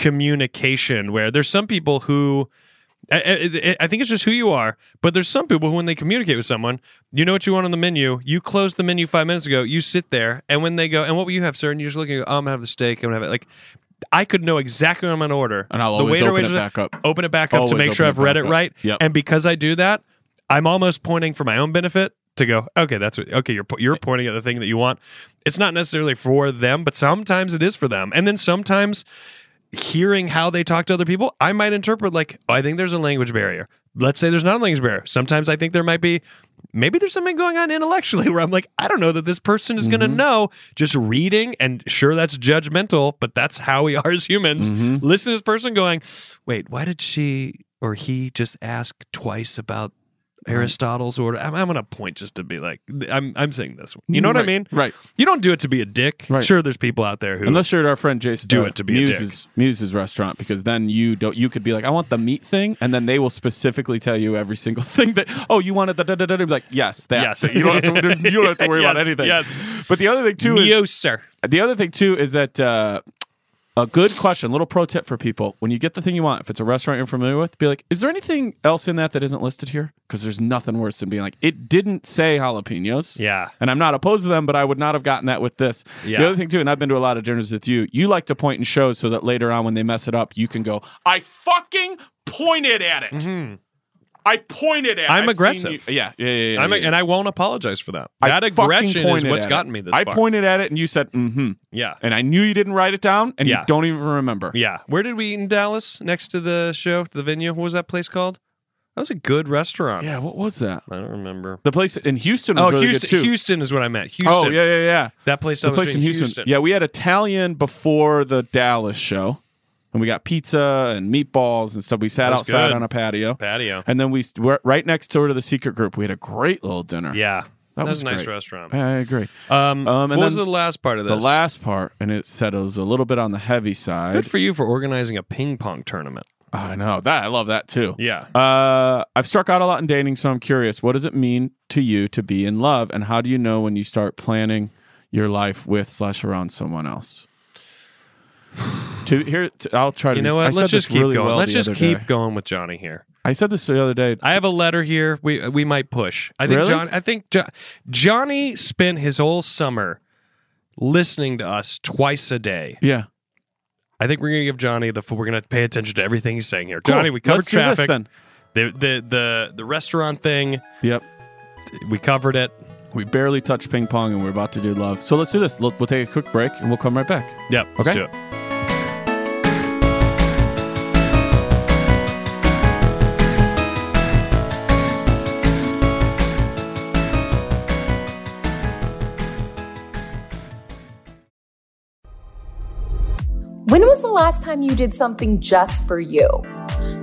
communication where there's some people who I, I- I- I think it's just who you are, but there's some people who, when they communicate with someone, you know what you want on the menu. You close the menu five minutes ago. You sit there, and when they go, "And what will you have, sir?" and you're just looking, "Oh, I'm gonna have the steak. I'm gonna have it." Like, I could know exactly what I'm gonna order, And I'll the always waiter, open it waitress- back up. open it back up Always to make sure open I've it read back it up. right. Yep. And because I do that, I'm almost pointing for my own benefit to go, okay, that's what, okay, you're, po- you're pointing at the thing that you want. It's not necessarily for them, but sometimes it is for them. And then sometimes hearing how they talk to other people, I might interpret like, oh, I think there's a language barrier. Let's say there's not a language barrier. Sometimes I think there might be maybe there's something going on intellectually where I'm like, I don't know that this person is Mm-hmm. going to know just reading. And sure, that's judgmental, but that's how we are as humans. Mm-hmm. Listen to this person going, wait, why did she or he just ask twice about Aristotle's order? I'm, I'm going to point just to be like, I'm, I'm saying this one. You know what Right, I mean? right. You don't do it to be a dick. Right. Sure, there's people out there who. Unless you're at our friend Jason, Do uh, it to be a dick. Muse's, Muse's restaurant, because then you don't. You could be like, I want the meat thing, and then they will specifically tell you every single thing that. Oh, you wanted the da da da. da," Be like, yes, that. Yes. you don't have to. there's- You don't have to worry about Yes, anything. yes. But the other thing too Yo, is sir. the other thing too is that uh, a good question, little pro tip for people: when you get the thing you want, if it's a restaurant you're familiar with, be like, is there anything else in that that isn't listed here? Because there's nothing worse than being like, it didn't say jalapenos. Yeah. and I'm not opposed to them, but I would not have gotten that with this. Yeah. The other thing too, and I've been to a lot of dinners with you. You like to point and show so that later on when they mess it up, you can go, I fucking pointed at it. I pointed at. it. Mm-hmm. I'm I've seen aggressive. you." Yeah, yeah, yeah. yeah, I'm, yeah. and I won't apologize for that. I That fucking aggression is pointed what's at gotten it. me this I far. pointed at it and you said, mm-hmm. Yeah. And I knew you didn't write it down and Yeah. you don't even remember. Yeah. Where did we eat in Dallas next to the show, the venue? What was that place called? That was a good restaurant. Yeah, what was that? I don't remember. The place in Houston was Oh, really Houston. good too. Houston is what I meant. Houston. Oh, yeah, yeah, yeah. That place down the the, place in street Houston. Yeah, we had Italian before the Dallas show, and we got pizza and meatballs and stuff. We sat That was outside good. on a patio, Patio. and then we st- we're right next door to the secret group. We had a great little dinner. Yeah. That, was, was a nice great. restaurant. I agree. Um, Um, and what was then the last part of this? The last part, and it said it was a little bit on the heavy side. Good for you for organizing a ping pong tournament. Oh, I know that. I love that too. Yeah. Uh, I've struck out a lot in dating, so I'm curious. What does it mean to you to be in love, and how do you know when you start planning your life with slash around someone else? to here, to, I'll try to. You know be- what? I said Let's just this keep really going. well Let's the just other keep day. going with Johnny here. I said this the other day. I have a letter here. We uh, we might push. I think Really? John. I think jo- Johnny spent his whole summer listening to us twice a day. yeah. I think we're gonna give Johnny the. full- We're gonna pay attention to everything he's saying here. Cool. Johnny, we covered Let's do this traffic. then. The, the the the restaurant thing. Yep. We covered it. We barely touched ping pong, and we're about to do love. So let's do this. Look, We'll take a quick break, and we'll come right back. Yep. Let's Okay. do it. When was the last time you did something just for you?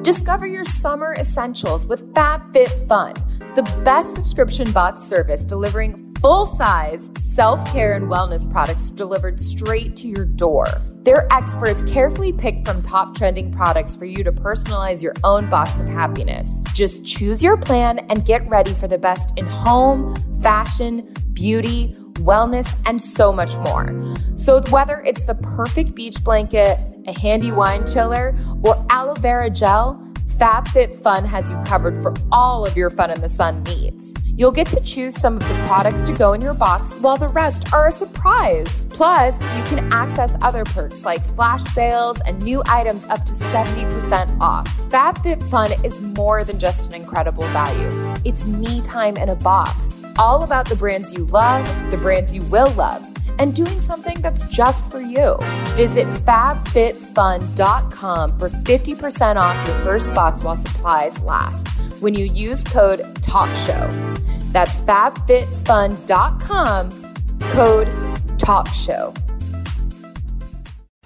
Discover your summer essentials with FabFitFun, the best subscription bot service delivering full size self care and wellness products delivered straight to your door. Their experts carefully pick from top trending products for you to personalize your own box of happiness. Just choose your plan and get ready for the best in home, fashion, beauty, wellness, and so much more. So, whether it's the perfect beach blanket, a handy wine chiller, or aloe vera gel, FabFitFun has you covered for all of your fun in the sun needs. You'll get to choose some of the products to go in your box while the rest are a surprise. Plus, you can access other perks like flash sales and new items up to 70% off. FabFitFun is more than just an incredible value. It's me time in a box, all about the brands you love, the brands you will love, and doing something that's just for you. Visit fabfitfun.com for 50% off your first box while supplies last when you use code TALKSHOW. That's fabfitfun.com, code TALKSHOW.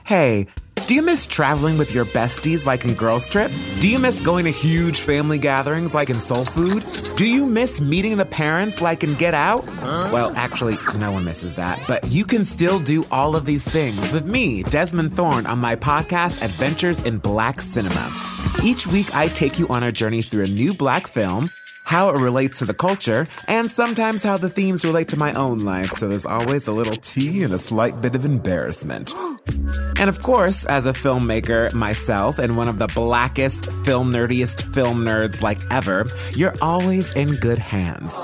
Hey, do you miss traveling with your besties like in Girls Trip? Do you miss going to huge family gatherings like in Soul Food? Do you miss meeting the parents like in Get Out? Well, actually, no one misses that. But you can still do all of these things with me, Desmond Thorne, on my podcast, Adventures in Black Cinema. Each week, I take you on a journey through a new black film how it relates to the culture, and sometimes how the themes relate to my own life, so there's always a little tea and a slight bit of embarrassment. And of course, as a filmmaker myself and one of the blackest, film nerdiest film nerds like ever, you're always in good hands.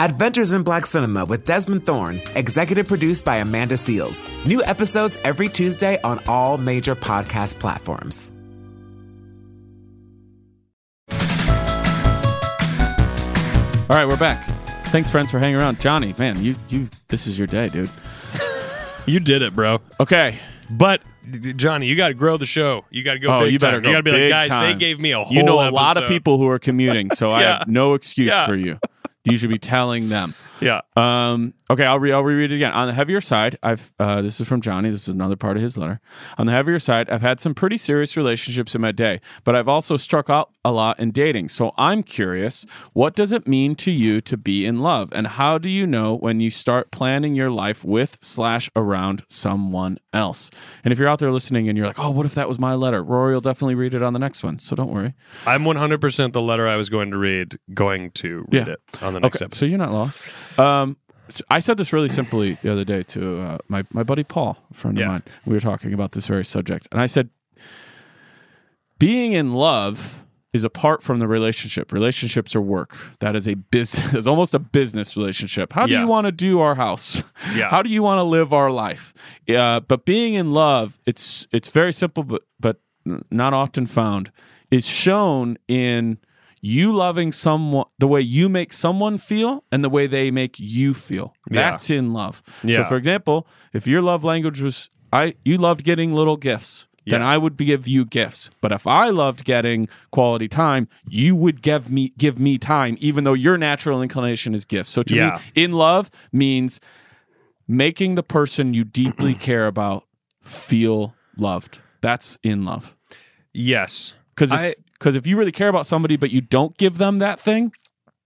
Adventures in Black Cinema with Desmond Thorne, executive produced by Amanda Seals. New episodes every Tuesday on all major podcast platforms. All right, we're back. Thanks, friends, for hanging around. Johnny, man, you you this is your day, dude. You did it, bro. Okay, But Johnny, you got to grow the show. You got to go. Oh, big you better time. go. You got to be big like, guys, time. they gave me a whole. You know a lot of episode." people who are commuting, so I Yeah. have no excuse Yeah. for you. you should be telling them. Yeah. Um, okay, I'll, re- I'll reread it again. On the heavier side, I've uh, this is from Johnny. This is another part of his letter. On the heavier side, I've had some pretty serious relationships in my day, but I've also struck out a lot in dating. So I'm curious, what does it mean to you to be in love, and how do you know when you start planning your life with slash around someone else? And if you're out there listening and you're like, oh, what if that was my letter? Rory will definitely read it on the next one, so don't worry. I'm 100 percent the letter I was going to read. Going to read it on the next okay, episode. So you're not lost. Um, I said this really simply the other day to uh, my my buddy Paul, a friend Yeah. of mine. We were talking about this very subject, and I said, being in love is apart from the relationship. Relationships are work. That is a business. It's almost a business relationship. How do Yeah. you want to do our house? Yeah. How do you want to live our life? Uh, but being in love, it's it's very simple, but but n- not often found. Is shown in you loving someone the way you make someone feel and the way they make you feel. Yeah. That's in love. Yeah. So for example, if your love language was I you loved getting little gifts, then Yeah. I would give you gifts. But if I loved getting quality time, you would give me give me time, even though your natural inclination is gifts. So to Yeah. me, in love means making the person you deeply care about feel loved. That's in love. yes. Because I- if, because if you really care about somebody but you don't give them that thing,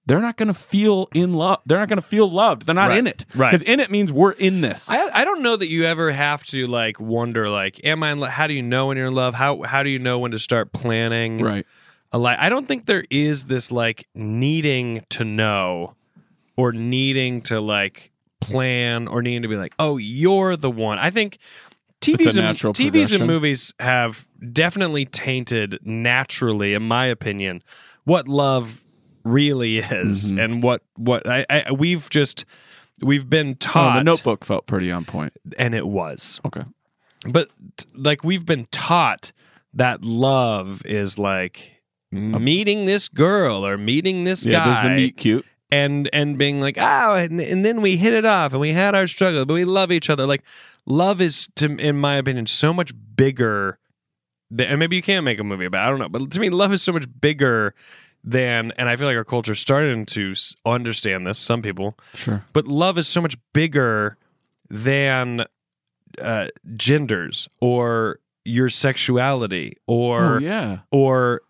they're not going to feel in love. They're not going to feel loved. They're not Right. in it. Right. Because in it means we're in this. I, I don't know that you ever have to like wonder like am I in love? How do you know when you're in love? How how do you know when to start planning? right. A li- I don't think there is this like needing to know or needing to like plan or needing to be like oh you're the one. I think a TVs and natural TVs and progression. movies have definitely tainted naturally, in my opinion, what love really is Mm-hmm. and what what I, I we've just we've been Oh, taught the notebook felt pretty on point. and it was Okay. but t- like we've been taught that love is like meeting this girl or meeting this Mm. Yeah, guy there's the meet cute. and and being like oh and, and then we hit it off and we had our struggle but we love each other like love is to in my opinion so much bigger than, and maybe you can make a movie about it, i don't know but to me love is so much bigger than and i feel like our culture starting to s- understand this some people Sure. but love is so much bigger than uh, genders or your sexuality or oh, yeah. or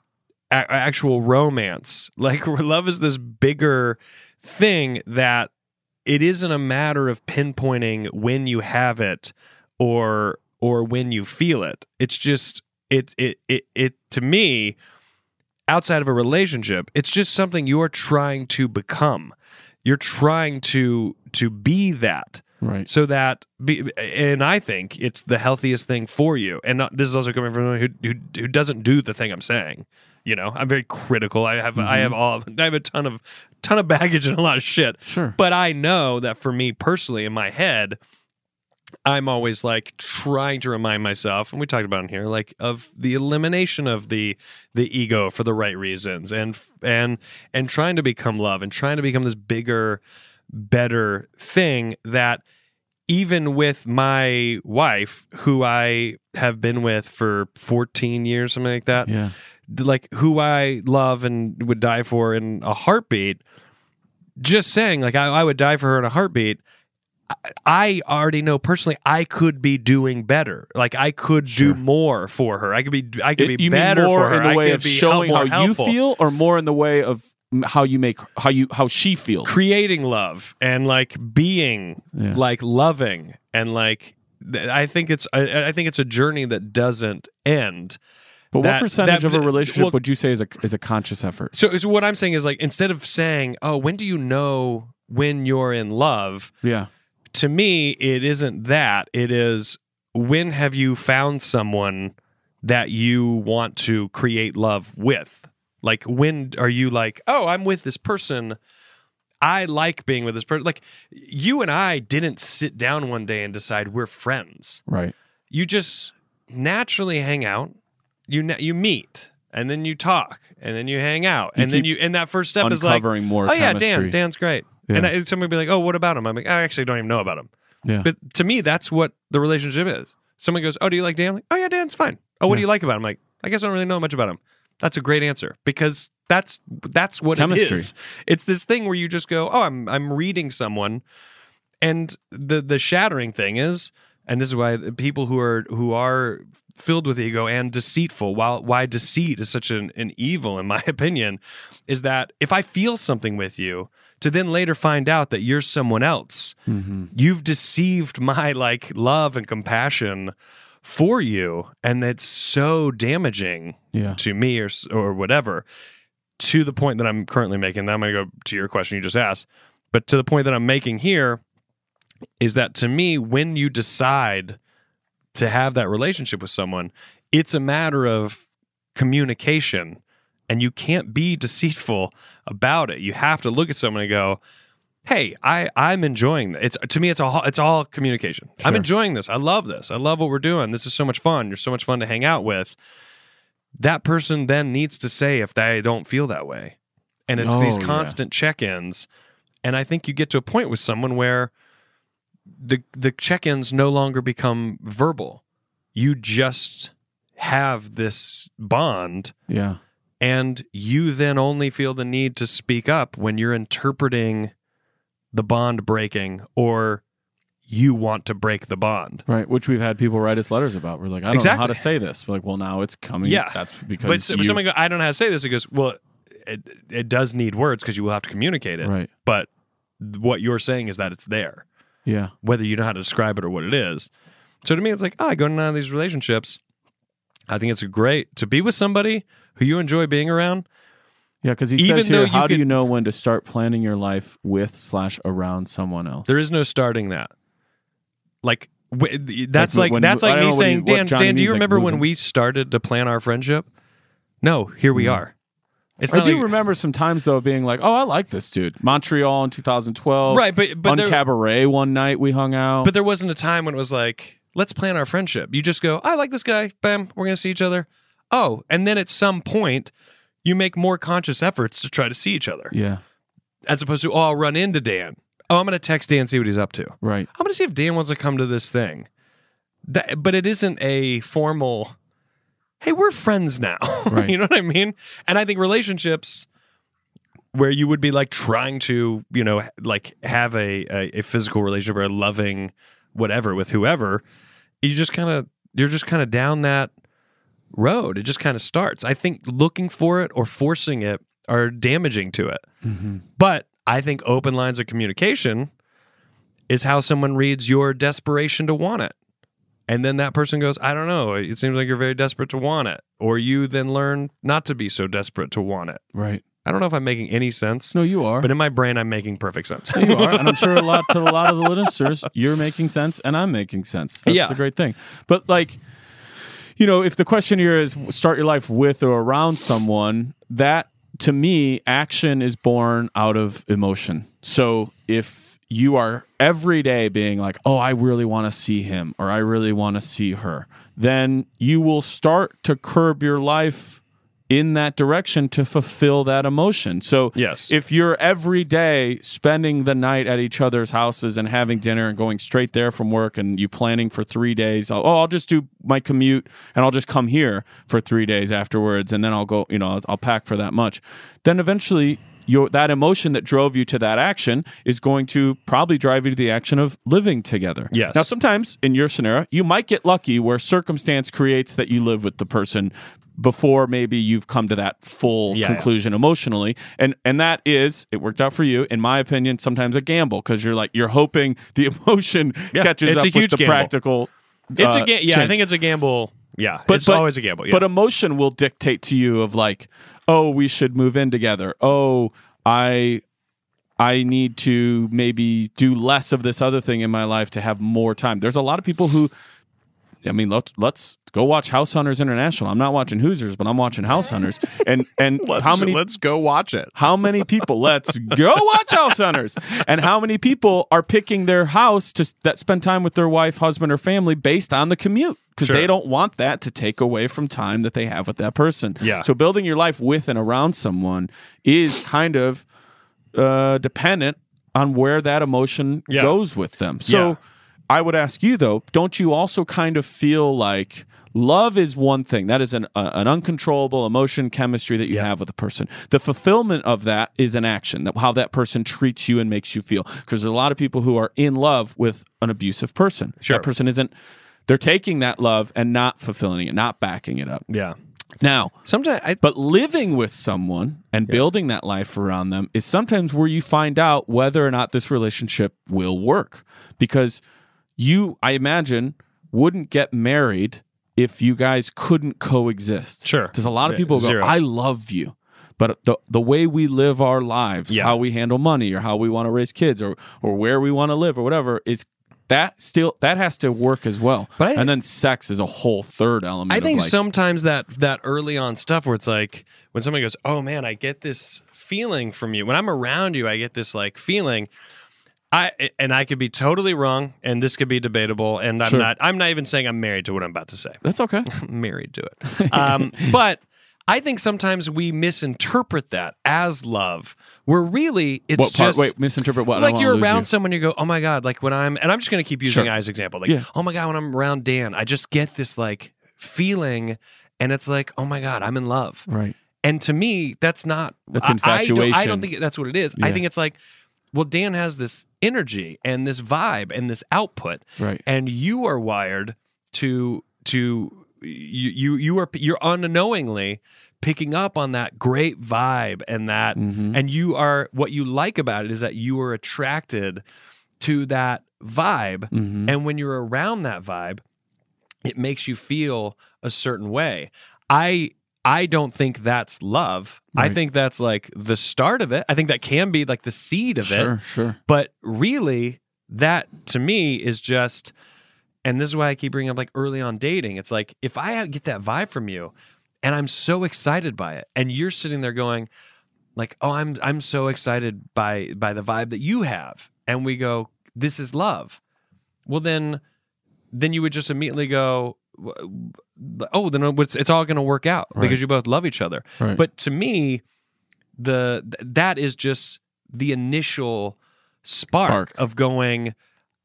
a- actual romance. Like love is this bigger thing that it isn't a matter of pinpointing when you have it or or when you feel it. It's just it it it, it to me outside of a relationship, it's just something you're trying to become. You're trying to to be that Right. so that be, and i think it's the healthiest thing for you and not, this is also coming from someone who, who who doesn't do the thing i'm saying you know i'm very critical i have i Mm-hmm. have all i have a ton of ton of baggage and a lot of shit Sure. but i know that for me personally in my head i'm always like trying to remind myself and we talked about it in here like of the elimination of the the ego for the right reasons and f- and and trying to become love and trying to become this bigger better thing that even with my wife who i have been with for 14 years something like that yeah. th- like who i love and would die for in a heartbeat just saying like i, I would die for her in a heartbeat I I already know personally I could be doing better. Like I could Sure. do more for her. I could be I could It- be you mean better more for her. in the I way could of be showing more how helpful. you feel, or more in the way of mm, how you make how you how she feels. creating love and like being Yeah. like loving and like th- I think it's I, I think it's a journey that doesn't end. but what that- percentage that- of a relationship well- would you say is a is a conscious effort? So, so what I'm saying is like instead of saying, "Oh, when do you know when you're in love?" Yeah. to me, it isn't that. It is when have you found someone that you want to create love with? Like, when are you like, oh, I'm with this person. I like being with this person. Like, you and I didn't sit down one day and decide we're friends. Right. You just naturally hang out. You na- you meet, and then you talk, and then you hang out, You and then keep you. And that first step is like, Uncovering more. oh yeah, chemistry. Dan, Dan's great. Yeah. And I, somebody would be like, oh, what about him? I'm like, I actually don't even know about him. Yeah. But to me, that's what the relationship is. Someone goes, oh, do you like Dan? Like, oh yeah, Dan's fine. Oh, what do Yeah. you like about him? I'm like, I guess I don't really know much about him. That's a great answer because that's that's what it Chemistry. is. It's this thing where you just go, "Oh, I'm I'm reading someone." And the the shattering thing is, and this is why the people who are who are filled with ego and deceitful, while why deceit is such an, an evil in my opinion, is that if I feel something with you, to then later find out that you're someone else, you've deceived my like love and compassion for you, and that's so damaging Yeah. to me or s- or whatever to the point that I'm currently making, then I'm going to go to your question you just asked, but to the point that I'm making here is that to me, when you decide to have that relationship with someone, it's a matter of communication and you can't be deceitful about it. You have to look at someone and go, Hey, I I'm enjoying this. It's to me, it's all it's all communication. I'm Sure. enjoying this. I love this. I love what we're doing. This is so much fun. You're so much fun to hang out with that person then needs to say if they don't feel that way. And it's Oh, these yeah. constant check-ins. And I think you get to a point with someone where the the check-ins no longer become verbal. You just have this bond Yeah. and you then only feel the need to speak up when you're interpreting the bond breaking or you want to break the bond. Right, which we've had people write us letters about. We're like, I don't know how to say this. We're like, well, now it's coming. Yeah. that's because. But so- but you've- someone go, I don't know how to say this. It goes, well, it, it does need words because you will have to communicate it. Right. But th- what you're saying is that it's there, Yeah. whether you know how to describe it or what it is. So to me, it's like, oh, I go to none of these relationships. I think it's great to be with somebody who you enjoy being around. Yeah, because he Even says though here, you how do could- you know when to start planning your life with slash around someone else? There is no starting that. Like, w- that's Like, like, when- that's I like don't me know what saying, he- what Dan, Johnny Dan, do you means, like remember when moving." we started to plan our friendship? No, here we are. It's Mm. I not do like- remember some times though being like, "Oh, I like this dude." Montreal in 2012, Right, but- but on there- cabaret one night we hung out. But there wasn't a time when it was like, let's plan our friendship. You just go, I like this guy. Bam, we're going to see each other. Oh, and then at some point, you make more conscious efforts to try to see each other yeah, as opposed to, oh, I'll run into Dan. Oh, I'm going to text Dan, see what he's up to. right. I'm going to see if Dan wants to come to this thing. That, but it isn't a formal, hey, we're friends now. Right. you know what I mean? And I think relationships where you would be like trying to, you know, like have a, a, a physical relationship or a loving whatever with whoever, you just kind of, you're just kind of down that road. It just kind of starts. I think looking for it or forcing it are damaging to it. But I think open lines of communication is how someone reads your desperation to want it. And then that person goes, I don't know. It seems like you're very desperate to want it. Or you then learn not to be so desperate to want it. Right. I don't know if I'm making any sense, No, you are. but in my brain, I'm making perfect sense. you are, and I'm sure a lot to a lot of the listeners, you're making sense, and I'm making sense. That's Yeah. a great thing. But like, you know, if the question here is start your life with or around someone, that to me, action is born out of emotion. So if you are every day being like, oh, I really want to see him or I really want to see her, then you will start to curb your life in that direction to fulfill that emotion. So Yes. if you're every day spending the night at each other's houses and having dinner and going straight there from work and you planning for 3 days, oh, I'll just do my commute and I'll just come here for 3 days afterwards and then I'll go, you know, I'll, I'll pack for that much. Then eventually your that emotion that drove you to that action is going to probably drive you to the action of living together. Yes. Now sometimes in your scenario, you might get lucky where circumstance creates that you live with the person before maybe you've come to that full Yeah, yeah. conclusion emotionally and and that is it worked out for you in my opinion sometimes a gamble because you're like you're hoping the emotion Yeah, catches it's up a with huge the gamble. practical it's uh, a ga- yeah. I change. think it's a gamble. Yeah, it's always a gamble. Yeah. But emotion will dictate to you of like, oh, we should move in together. Oh, I I need to maybe do less of this other thing in my life to have more time. There's a lot of people who I mean, let's, let's go watch House Hunters International. I'm not watching Hoosiers, but I'm watching House Hunters. And and how many go watch it. how many people? Let's go watch House Hunters. And how many people are picking their house to that spend time with their wife, husband, or family based on the commute because Sure. they don't want that to take away from time that they have with that person. Yeah. So building your life with and around someone is kind of uh, dependent on where that emotion Yeah. goes with them. So Yeah. I would ask you though, don't you also kind of feel like Love is one thing. That is an uh, an uncontrollable emotion chemistry that you have with a person. The fulfillment of that is an action, that how that person treats you and makes you feel. Because there's a lot of people who are in love with an abusive person. That person isn't they're taking that love and not fulfilling it, not backing it up. Yeah. Now, sometimes, but living with someone and building that life around them is sometimes where you find out whether or not this relationship will work. Because you, I imagine, wouldn't get married if you guys couldn't coexist. Sure. Because a lot of Yeah, people go, zero. I love you. But the, the way we live our lives, Yeah. how we handle money or how we want to raise kids or, or where we want to live or whatever is that still that has to work as well. But and then sex is a whole third element. I of, think like, sometimes that that early on stuff where it's like when somebody goes, "Oh man, I get this feeling from you." When I'm around you, I get this like feeling. I and I could be totally wrong, and this could be debatable. And I'm Sure. not. I'm not even saying I'm married to what I'm about to say. That's okay. married to it. Um, but I think sometimes we misinterpret that as love. We're really it's What part- just wait, misinterpret what? I don't Like wanna you're lose around you. someone, you go, oh my god. Like when I'm, and I'm just going to keep using Sure. I's example. Like, Yeah. oh my god, when I'm around Dan, I just get this like feeling, and it's like, oh my god, I'm in love. Right. And to me, that's not That's I- I don't- I, infatuation. don't think that's what it is. Yeah. I think it's like, well, Dan has this energy and this vibe and this output, Right. and you are wired to to you you you are you're unknowingly picking up on that great vibe and that Mm-hmm. and you are what you like about it is that you are attracted to that vibe Mm-hmm. and when you're around that vibe it makes you feel a certain way i i don't think that's love i Right. think that's like the start of it i think that can be like the seed of it Sure, sure. but really, that to me is just, and this is why I keep bringing up like early on dating. It's like if I get that vibe from you, and I'm so excited by it, and you're sitting there going, like, oh, I'm I'm so excited by by the vibe that you have, and we go, this is love. Well, then, then you would just immediately go. w- w- Oh, then it's, it's all going to work out Right. because you both love each other. Right. But to me, the th- that is just the initial spark, Spark. of going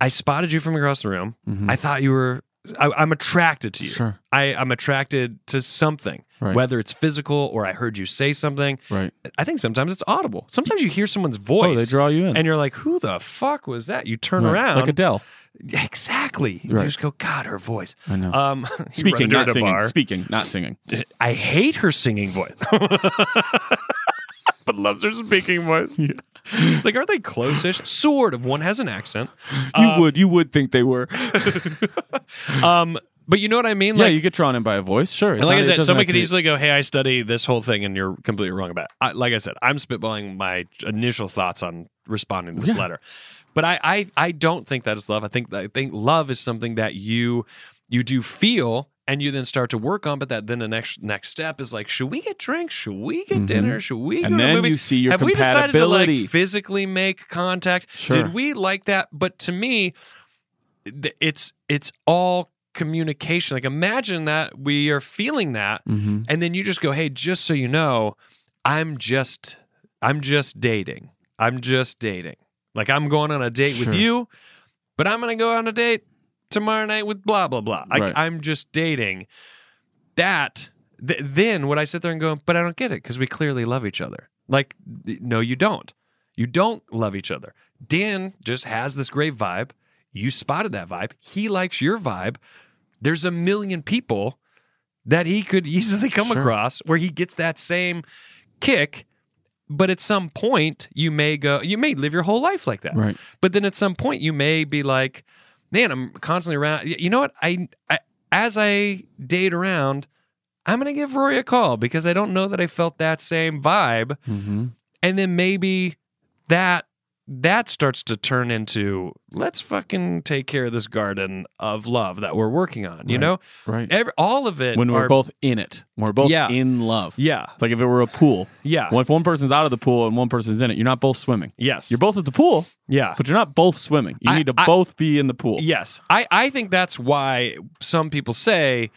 i spotted you from across the room i thought you were I, i'm attracted to you Mm-hmm. Sure. I, i'm attracted to something Right. whether it's physical or i heard you say something Right. i think sometimes it's audible sometimes you hear someone's voice Oh, they draw you in. and you're like who the fuck was that you turn Right. around Like Adele. exactly Right. you just go god her voice I know. um you run Speaking, into her not at a singing. bar. Speaking, not singing. I hate her singing voice, but loves her speaking voice. It's like, aren't they close-ish? Sort of. One has an accent. You would, you would think they were. Um, but you know what I mean? yeah, Like, you get drawn in by a voice, sure. and like I said, somebody could easily go, "Hey, I study this whole thing," and you're completely wrong about. It. I, like I said, I'm spitballing my initial thoughts on responding to this letter, but I, I I don't think that is love. I think I think love is something that you you do feel. And you then start to work on, but that then the next next step is like, should we get drinks? Should we get dinner? Should we go Mm-hmm. And to a then movie? you see your Have we decided to compatibility. like physically make contact? Sure. Did we like that? But to me, th- it's it's all communication like imagine that we are feeling that Mm-hmm. and then you just go hey just so you know i'm just i'm just dating i'm just dating like i'm going on a date Sure. with you but i'm going to go on a date tomorrow night with blah blah blah like Right. i'm just dating that th- then would i sit there and go but i don't get it because we clearly love each other like th- no you don't you don't love each other dan just has this great vibe you spotted that vibe he likes your vibe there's a million people that he could easily come Sure. across where he gets that same kick but at some point you may go you may live your whole life like that Right. but then at some point you may be like man i'm constantly around you know what i, I as i date around i'm going to give rory a call because i don't know that i felt that same vibe hmm and then maybe that that starts to turn into let's fucking take care of this garden of love that we're working on you Right. know Right. Every, all of it when we're are- both in it, when we're both Yeah. in love. yeah It's like if it were a pool. yeah Well, if one person's out of the pool and one person's in it, you're not both swimming. yes You're both at the pool, yeah but you're not both swimming. You I- need to I- both be in the pool. Yes. I, I think that's why some people say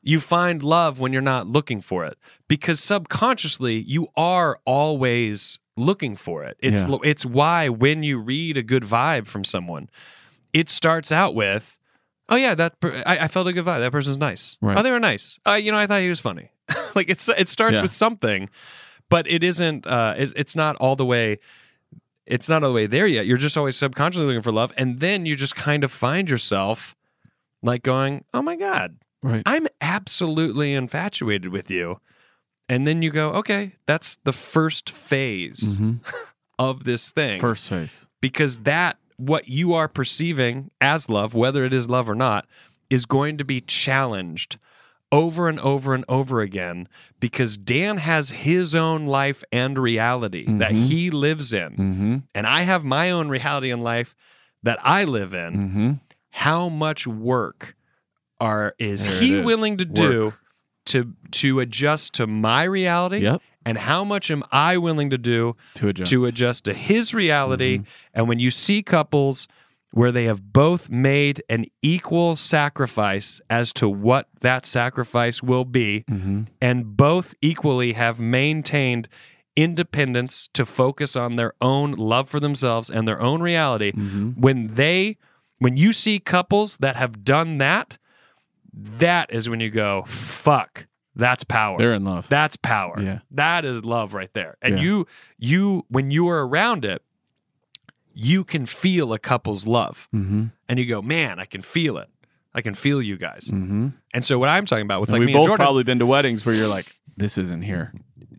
you find love when you're not looking for it because subconsciously you are always looking for it. It's Yeah. lo- it's why when you read a good vibe from someone, it starts out with oh yeah, that per- I, I felt a good vibe. That person's nice. Right. Oh, they were nice. Uh, you know, I thought he was funny. like it's it starts Yeah. with something, but it isn't. Uh, it, it's not all the way. It's not all the way there yet. You're just always subconsciously looking for love, and then you just kind of find yourself like going, "Oh my god, Right. I'm absolutely infatuated with you." And then you go, "Okay, that's the first phase Mhm. of this thing." First face. because that what you are perceiving as love whether it is love or not is going to be challenged over and over and over again because Dan has his own life and reality that Mhm. he lives in Mm-hmm. and I have my own reality and life that I live in Mm-hmm. how much work are is There he it is. willing to do Work. to to adjust to my reality Yep. and how much am I willing to do To adjust. to adjust to his reality. And when you see couples where they have both made an equal sacrifice as to what that sacrifice will be, Mm. Mm-hmm. and both equally have maintained independence to focus on their own love for themselves and their own reality, when they when you see couples that have done that, that is when you go, fuck, that's power. They're in love. That's power. Yeah. That is love right there. And Yeah. you you when you are around it, you can feel a couple's love. mm-hmm. And you go, "Man, I can feel it. I can feel you guys." Mm-hmm. And so what I'm talking about with like we've me and both Jordan, probably been to weddings where you're like, this isn't here.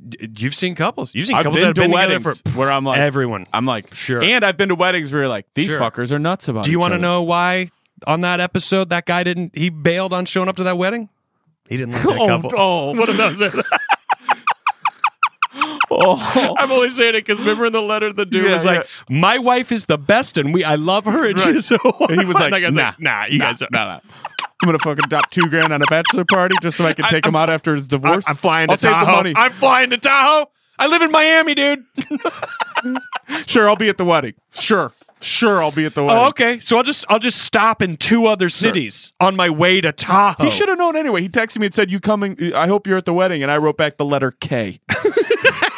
d- you've seen couples. You've seen I've couples been that have to been weddings together for where I'm like, everyone. I'm like, Sure. And I've been to weddings where you're like, these Sure. fuckers are nuts about. Do you want want to know why on that episode that guy didn't he bailed on showing up to that wedding? He didn't like that Oh, couple. oh, What if that was it? oh. I'm only saying it because remember in the letter the dude Yeah, was like, "My wife is the best, and we I love her." And she's so And he was like, I nah, nah, you nah, guys, are, nah, nah. I'm gonna fucking drop two grand on a bachelor party just so I can I- take I'm him out after his I, divorce. am flying to I'll save the Tahoe. money. I'm flying to Tahoe. I live in Miami, dude. sure, I'll be at the wedding. Sure, sure, I'll be at the wedding. oh, okay. So I'll just I'll just stop in two other cities on my way to Tahoe. He should have known anyway. He texted me and said, "You coming? I hope you're at the wedding." And I wrote back the letter K.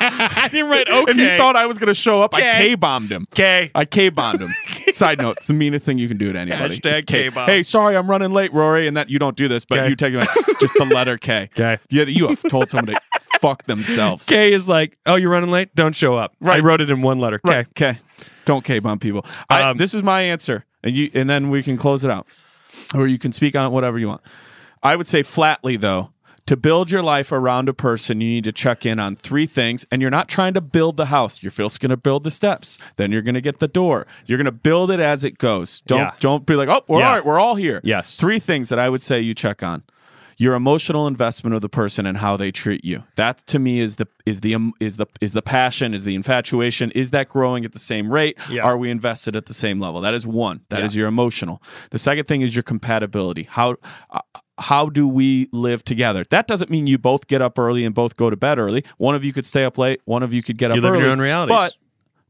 I didn't write okay. And he thought I was going to show up. I K. K bombed him. okay. I K bombed him. Side note: It's the meanest thing you can do to anybody. Hashtag It's K- K-bomb. Hey, sorry, I'm running late, Rory, and that you don't do this, but K. you take me just the letter K. K. You, you have told someone to fuck themselves. K is like, oh, you're running late. Don't show up. I Right. wrote it in one letter. K. Right. Okay. Don't K bomb people. I, Um, this is my answer, and you, and then we can close it out, or you can speak on it whatever you want. I would say flatly though, to build your life around a person, you need to check in on three things, and you're not trying to build the house. You're first going to build the steps, then you're going to get the door. You're going to build it as it goes. Don't Yeah. don't be like, oh, we're Yeah. all right, we're all here. Yes. Three things that I would say you check on. Your emotional investment of the person and how they treat you. That to me is the is the um, is the is the passion, is the infatuation. Is that growing at the same rate? Yeah. Are we invested at the same level? That is one. That is your emotional. The second thing is your compatibility. How uh, how do we live together? That doesn't mean you both get up early and both go to bed early. One of you could stay up late. One of you could get up You live in early. your own realities. But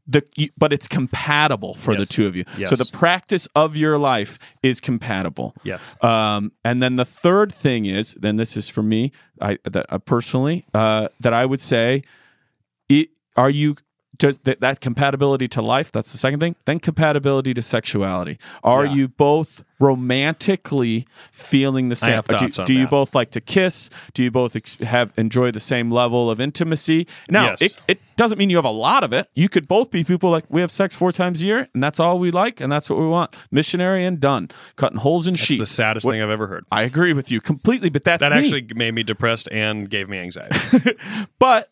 the you- but it's compatible for the Yes. two of you. Yes. So the practice of your life is compatible. Yes. Um, and then the third thing is, then this is for me, I that uh, personally uh, that I would say, it, are you does that, that compatibility to life? That's the second thing. Then compatibility to sexuality. Are Yeah. you both romantically feeling the same? have do thoughts on do you that. both like to kiss? Do you both ex- have enjoy the same level of intimacy? Now, Yes. it, it doesn't mean you have a lot of it. You could both be people like we have sex four times a year, and that's all we like, and that's what we want. Missionary and done, cutting holes in That's sheets. the saddest What- thing I've ever heard. I agree with you completely, but that's That me. actually made me depressed and gave me anxiety. But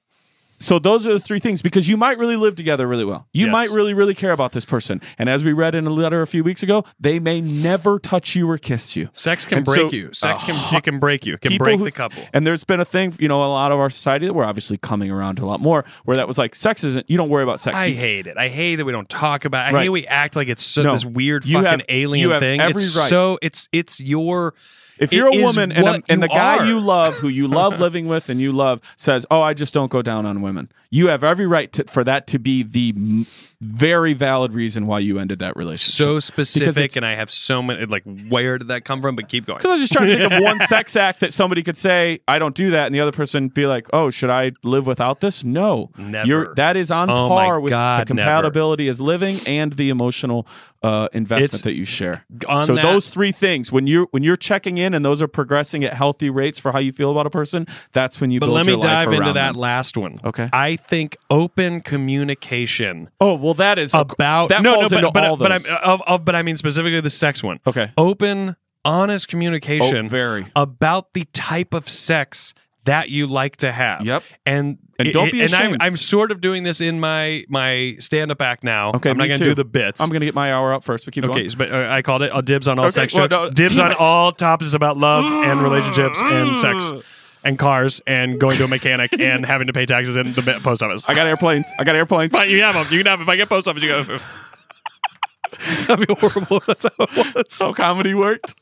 so those are the three things because you might really live together really well. You Yes. might really, really care about this person. And as we read in a letter a few weeks ago, they may never touch you or kiss you. Sex can And so- break you. Sex can it can break you. It can people break who- the couple. And there's been a thing, you know, a lot of our society that we're obviously coming around to a lot more where that was like, sex isn't, you don't worry about sex. I You- hate it. I hate that we don't talk about. It. I Right. hate we act like it's so, No. this weird You fucking have- alien you have thing. every it's right. so it's it's your If It you're a is woman and, a- what and the you guy are. you love, who you love living with and you love, says, "Oh, I just don't go down on women," you have every right to, for that to be the m- very valid reason why you ended that relationship. so Because it's- specific, and I have so many. Like, where did that come from? But keep going. Because I was just trying to think of one sex act that somebody could say, I don't do that, and the other person be like, Oh, should I live without this? No. Never. You're, that is on Oh my par with God, the compatibility as living and the emotional uh, investment It's- that you share. on so that- those three things, when you're when you're checking in and those are progressing at healthy rates for how you feel about a person, that's when you But build let me your life dive into around that them. last one. Okay. I think open communication Oh well that is about that no, falls no, but, into but, all but those. I'm uh, of, of, but I mean specifically the sex one. Okay. Open, honest communication Oh, very. about the type of sex that you like to have. Yep. And And it- don't be and ashamed. I'm, I'm sort of doing this in my my stand up act now. Okay, I'm not me gonna too. do the bits. I'm gonna get my hour up first, but keep Okay, going. but uh, I called it uh, dibs on all Okay, sex well, no, jokes. dibs damn on it. all topics about love and relationships and sex and cars and going to a mechanic and having to pay taxes in the post office. I got airplanes. I got airplanes. Fine, you can have them. You can have them. If I get post office, you go. That'd be horrible if that's how it was. That's how comedy worked.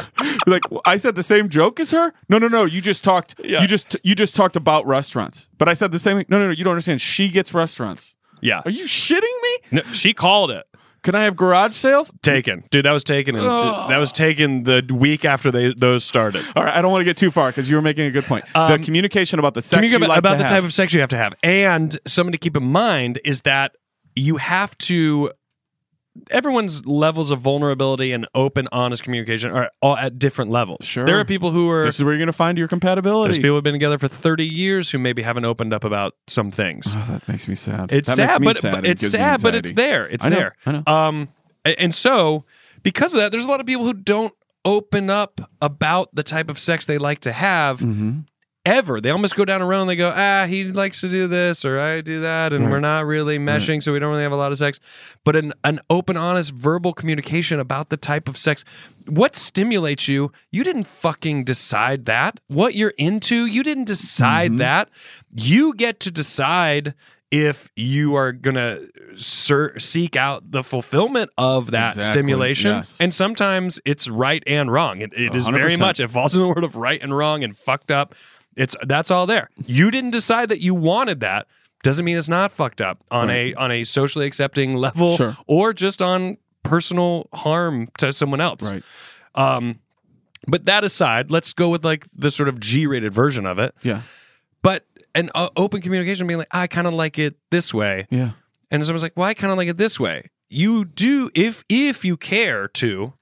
like I said the same joke as her? No, no, no. You just talked. Yeah. You just you just talked about restaurants. But I said the same thing. No, no, no. You don't understand. She gets restaurants. Yeah. Are you shitting me? No, she called it. Can I have garage sales? Taken. Dude, that was taken. In, Ugh. that was taken the week after they those started. All right. I don't want to get too far because you were making a good point. the Um, communication about the sex. Communicate you about, like about to the have. type of sex you have to have. And something to keep in mind is that you have to everyone's levels of vulnerability and open, honest communication are all at different levels. Sure. There are people who are This is where you're gonna find your compatibility. there's people who've been together for 30 years who maybe haven't opened up about some things. Oh, that makes me sad. It's That sad, makes me but, sad but and it's gives me sad, but it's anxiety. there. It's I know, there. I know. Um, a- and so because of that, there's a lot of people who don't open up about the type of sex they like to have Mhm. ever. They almost go down a row and they go, ah, he likes to do this or I do that, and Right. we're not really meshing, so we don't really have a lot of sex. But an an open, honest, verbal communication about the type of sex, what stimulates you, you didn't fucking decide that. What you're into, you didn't decide Mm-hmm. that. You get to decide if you are gonna ser- seek out the fulfillment of that Exactly, stimulation yes. and sometimes it's right and wrong it, it is very 100%. much it falls in the world of right and wrong and fucked up it's that's all there you didn't decide that you wanted that doesn't mean it's not fucked up on a on a socially accepting level Sure. or just on personal harm to someone else Right. um but that aside let's go with like the sort of g-rated version of it Yeah. but an uh, open communication being like i kind of like it this way Yeah. and someone's like, "Well, I kind of like it this way." You do if if you care to.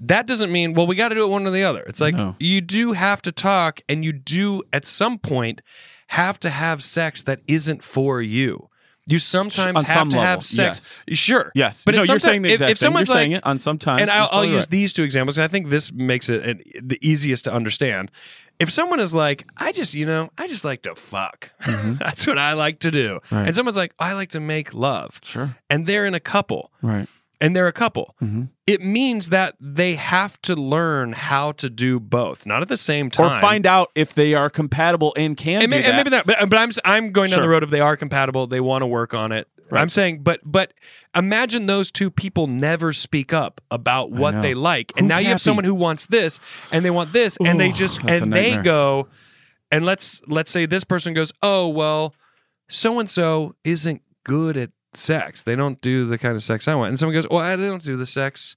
That doesn't mean well, we got to do it one or the other. It's like No. you do have to talk, and you do at some point have to have sex that isn't for you. You sometimes on have some to level, have sex. Sure, Yes. But no, if you're sometimes- saying the if- exact if thing. someone's you're saying like- it on sometimes. and I'll, you're I'll totally use right. these two examples. 'cause I think this makes it an, the easiest to understand. If someone is like, I just, you know, I just like to fuck. That's what I like to do. Mm-hmm. Right. And someone's like, I like to make love. Sure. And they're in a couple Right. and they're a couple. Mhm. It means that they have to learn how to do both, not at the same Or time. find out if they are compatible and can and, do may- that. and maybe that, but, but I'm s- I'm going down Sure. the road if they are compatible, they want to work on it. Right. I'm saying, but but imagine those two people never speak up about know. what they like, and Who's now you happy? have someone who wants this and they want this, and they Ooh, just that's a and they nightmare. go, and let's let's say this person goes, oh well, so and so isn't good at sex. They don't do the kind of sex I want. And someone goes, well, I don't do the sex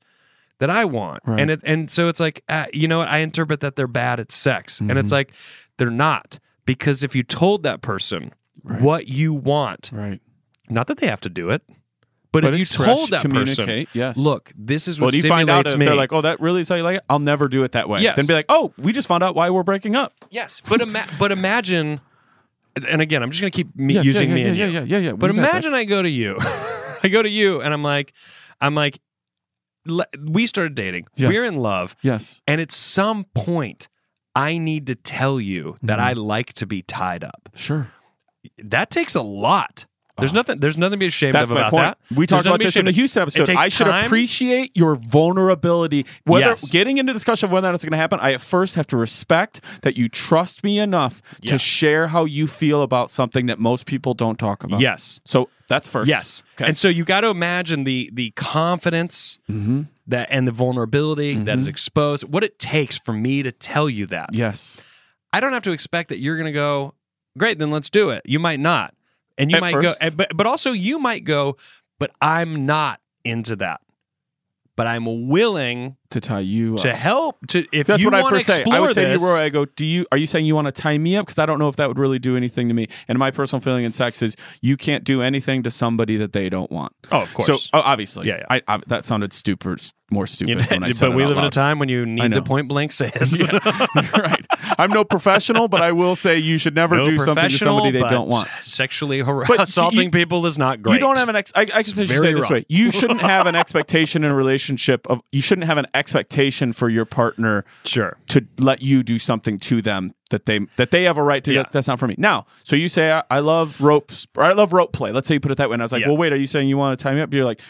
that I want. Right. And it and so it's like, uh, you know what? I interpret that they're bad at sex, and Mm-hmm. it's like they're not because if you told that person Right. what you want, Right. not that they have to do it, but, if you express, told that person, communicate, yes. look, this is what Well, do you stimulates find out if me. they're like, oh, that really is how you like it? I'll never do it that way. Yes. Then be like, oh, we just found out why we're breaking up. yes, but ima- but imagine, and again, I'm just gonna keep me Yes, using yeah, me yeah, and yeah, you. yeah, yeah, yeah. But We've had imagine sex. I go to you, I go to you, and I'm like, I'm like, le- we started dating, Yes. we're in love, Yes. and at some point, I need to tell you that Mm-hmm. I like to be tied up. Sure. that takes a lot. There's nothing. There's nothing to be ashamed Ah. That's of my about point. that. We talked There's nothing about to be this in the ashamed of. Houston It episode. takes I should time. appreciate your vulnerability. Whether Yes. getting into discussion of whether or not it's going to happen, I at first have to respect that you trust me enough Yeah. to share how you feel about something that most people don't talk about. Yes. So that's first. Yes. Okay. And so you got to imagine the the confidence that and the vulnerability that is exposed, what it takes for me to tell you that. Yes. I don't have to expect that you're going to go, great, then let's do it. You might not. And you At might first. go, and- but, but also you might go, but I'm not into that. But I'm willing To tie you to up. help to if That's you what I want to first say. explore I would say to this. you, Roy, I go, "Do you? Are you saying you want to tie me up? Because I don't know if that would really do anything to me." And my personal feeling in sex is you can't do anything to somebody that they don't want. Oh, of course. So oh, obviously, Yeah, yeah. I, I, that sounded stupid, more stupid. You know, when I said but it we out live in a loud. time when you need know. to point blank say it. yeah, right. I'm no professional, but I will say you should never No do something to professional, somebody they but don't want. Sexually har- But assaulting you- people is not great. You don't have an ex. I, I can say, very say it this wrong. way: you shouldn't have an expectation in a relationship of you shouldn't have an expectation for your partner sure. to let you do something to them that they that they have a right to. Yeah. That's not for me. Now, so you say I, I love ropes or I love rope play. Let's say you put it that way, and I was like, Yeah. well, wait, are you saying you want to tie me up? You're like,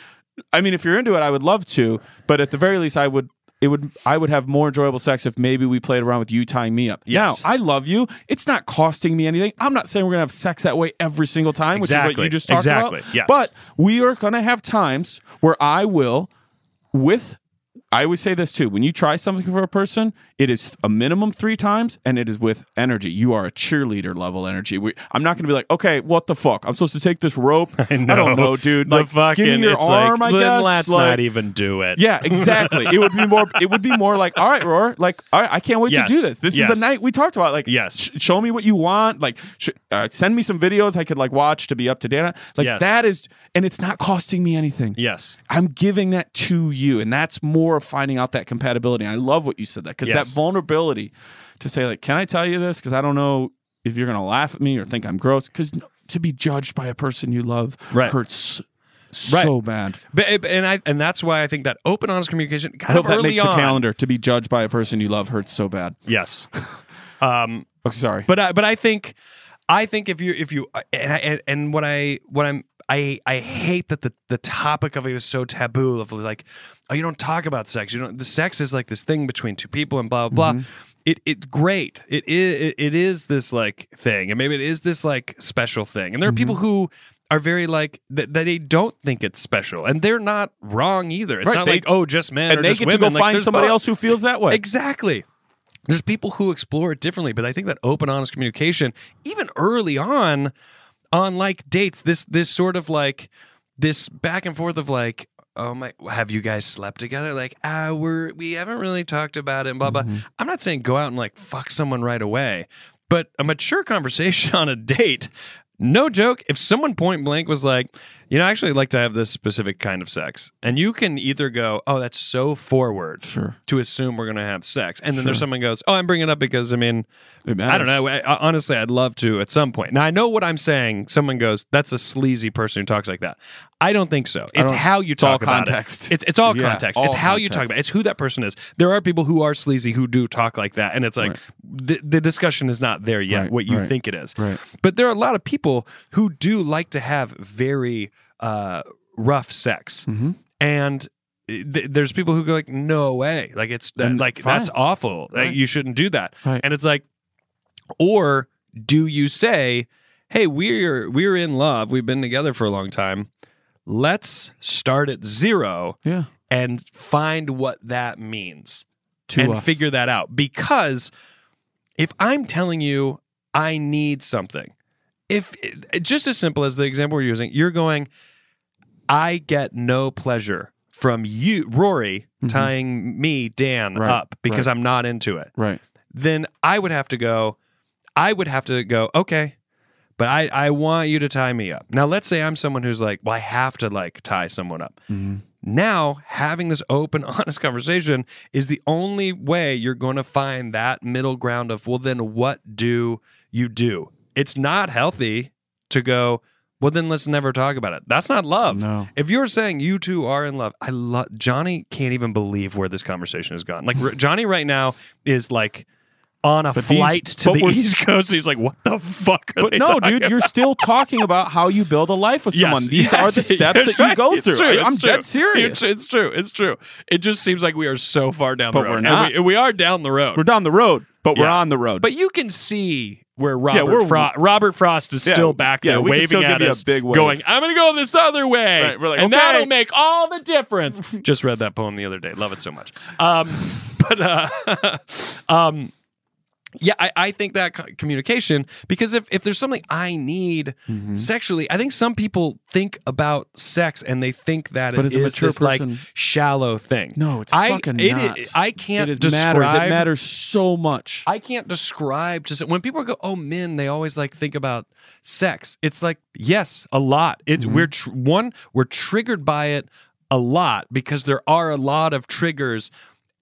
I mean, if you're into it, I would love to, but at the very least, I would. It would I would have more enjoyable sex if maybe we played around with you tying me up. Yes. Now, I love you. It's not costing me anything. I'm not saying we're gonna have sex that way every single time, which is what Exactly. you just talked about. Exactly. Yes. But we are gonna have times where I will with I always say this too. When you try something for a person, it is a minimum three times, and it is with energy. You are a cheerleader level energy. We, I'm not going to be like, okay, what the fuck? I'm supposed to take this rope? I, don't know, dude. The Like, fucking, give me your it's arm. like, I then guess. Let's Like, not even do it. Yeah, exactly. it would be more. It would be more like, all right, Roar. Like, all right, I can't wait Yes. to do this. This is Yes. the night we talked about. Like, Yes. sh- show me what you want. Like, sh- uh, send me some videos I could like watch to be up to date. on. Like Yes. that is, and it's not costing me anything. Yes. I'm giving that to you. And that's more of finding out that compatibility. And I love what you said that because Yes. that vulnerability to say, like, can I tell you this? Because I don't know if you're going to laugh at me or think I'm gross. Because to be judged by a person you love Right. hurts Right. so bad. But, and I and that's why I think that open, honest communication. Kind I hope of that early makes on, the calendar. To be judged by a person you love hurts so bad. Yes. Um, Oh, sorry. but I, but I think I think if you if you uh, and I, and, and what I what I'm I I hate that the the topic of it is so taboo of like oh you don't talk about sex you don't the sex is like this thing between two people and blah blah blah. Mm-hmm. It it great it is it, it is this like thing and maybe it is this like special thing and there are people Mm-hmm. who are very like that that they don't think it's special and they're not wrong either. It's Right, not they- like oh just men or and they just get women. to go Like, find there's somebody both. else who feels that way. Exactly. There's people who explore it differently, but I think that open, honest communication, even early on, on like dates, this this sort of like this back and forth of like, oh my, have you guys slept together? Like, ah, we're we haven't really talked about it, and blah blah. Mm-hmm. I'm not saying go out and like fuck someone right away, but a mature conversation on a date. No joke. If someone point blank was like, you know, I actually like to have this specific kind of sex, and you can either go, oh, that's so forward, Sure. to assume we're going to have sex. And then Sure. there's someone goes, "Oh, I'm bringing it up because I mean, It I matters. don't know. I, I- honestly, I'd love to at some point." Now I know what I'm saying. Someone goes, "That's a sleazy person who talks like that." I don't think so. It's don't- how you it's all talk about context. It. It's it's all Yeah, context. all it's how you talk context. about. it. It's who that person is. There are people who are sleazy who do talk like that, and it's like the, the discussion is not there yet. Right, what you right, think it is, right. But there are a lot of people who do like to have very uh, rough sex, Mm-hmm. and th- there's people who go like no way like it's that, And like fine. that's awful like you shouldn't do that Right. and it's like or do you say hey we're we're in love we've been together for a long time let's start at zero Yeah. and find what that means To and us. figure that out because if i'm telling you i need something if just as simple as the example we're using you're going i get no pleasure from you rory tying me dan Mm-hmm. Right, up because right. i'm not into it Right. then i would have to go i would have to go okay but I, I want you to tie me up. Now, let's say I'm someone who's like, well, I have to like tie someone up. Now, having this open, honest conversation is the only way you're going to find that middle ground of, well, then what do you do? It's not healthy to go, well, then let's never talk about it. That's not love. No. If you're saying you two are in love, I love Johnny can't even believe where this conversation has gone. Like, r- Johnny right now is like, on a But these- flight to but the we're- East Coast, he's like, "What the fuck?" Are But they no, talking dude, about? you're still talking about how you build a life with someone. These yes, are the steps you're that you right. go It's through. true, I- it's I'm true. dead serious. It's, it's true. It's true. It just seems like we are so far down But the road. we're And not. we, we are down the road. We're down the road. but we're on the road. But you can see where Yeah, Robert we're- Frost Robert Frost is Yeah, still back there yeah, we can waving still give at you a us, big wave. going, "I'm going to go this other way," Right, we're like, and "Okay." that'll make all the difference. Just read that poem the other day. Love it so much. Um, but uh, um, yeah, I, I think that co- communication because if, if there's something I need Mm-hmm. sexually, I think some people think about sex and they think that But it as a is mature this, person- like shallow thing. no, it's I, fucking it not. is- I can't it is describe. matters. It matters so much. I can't describe to s- when people go, "Oh, men," they always like think about sex. It's like yes, a lot. It we're tr- one we're triggered by it a lot because there are a lot of triggers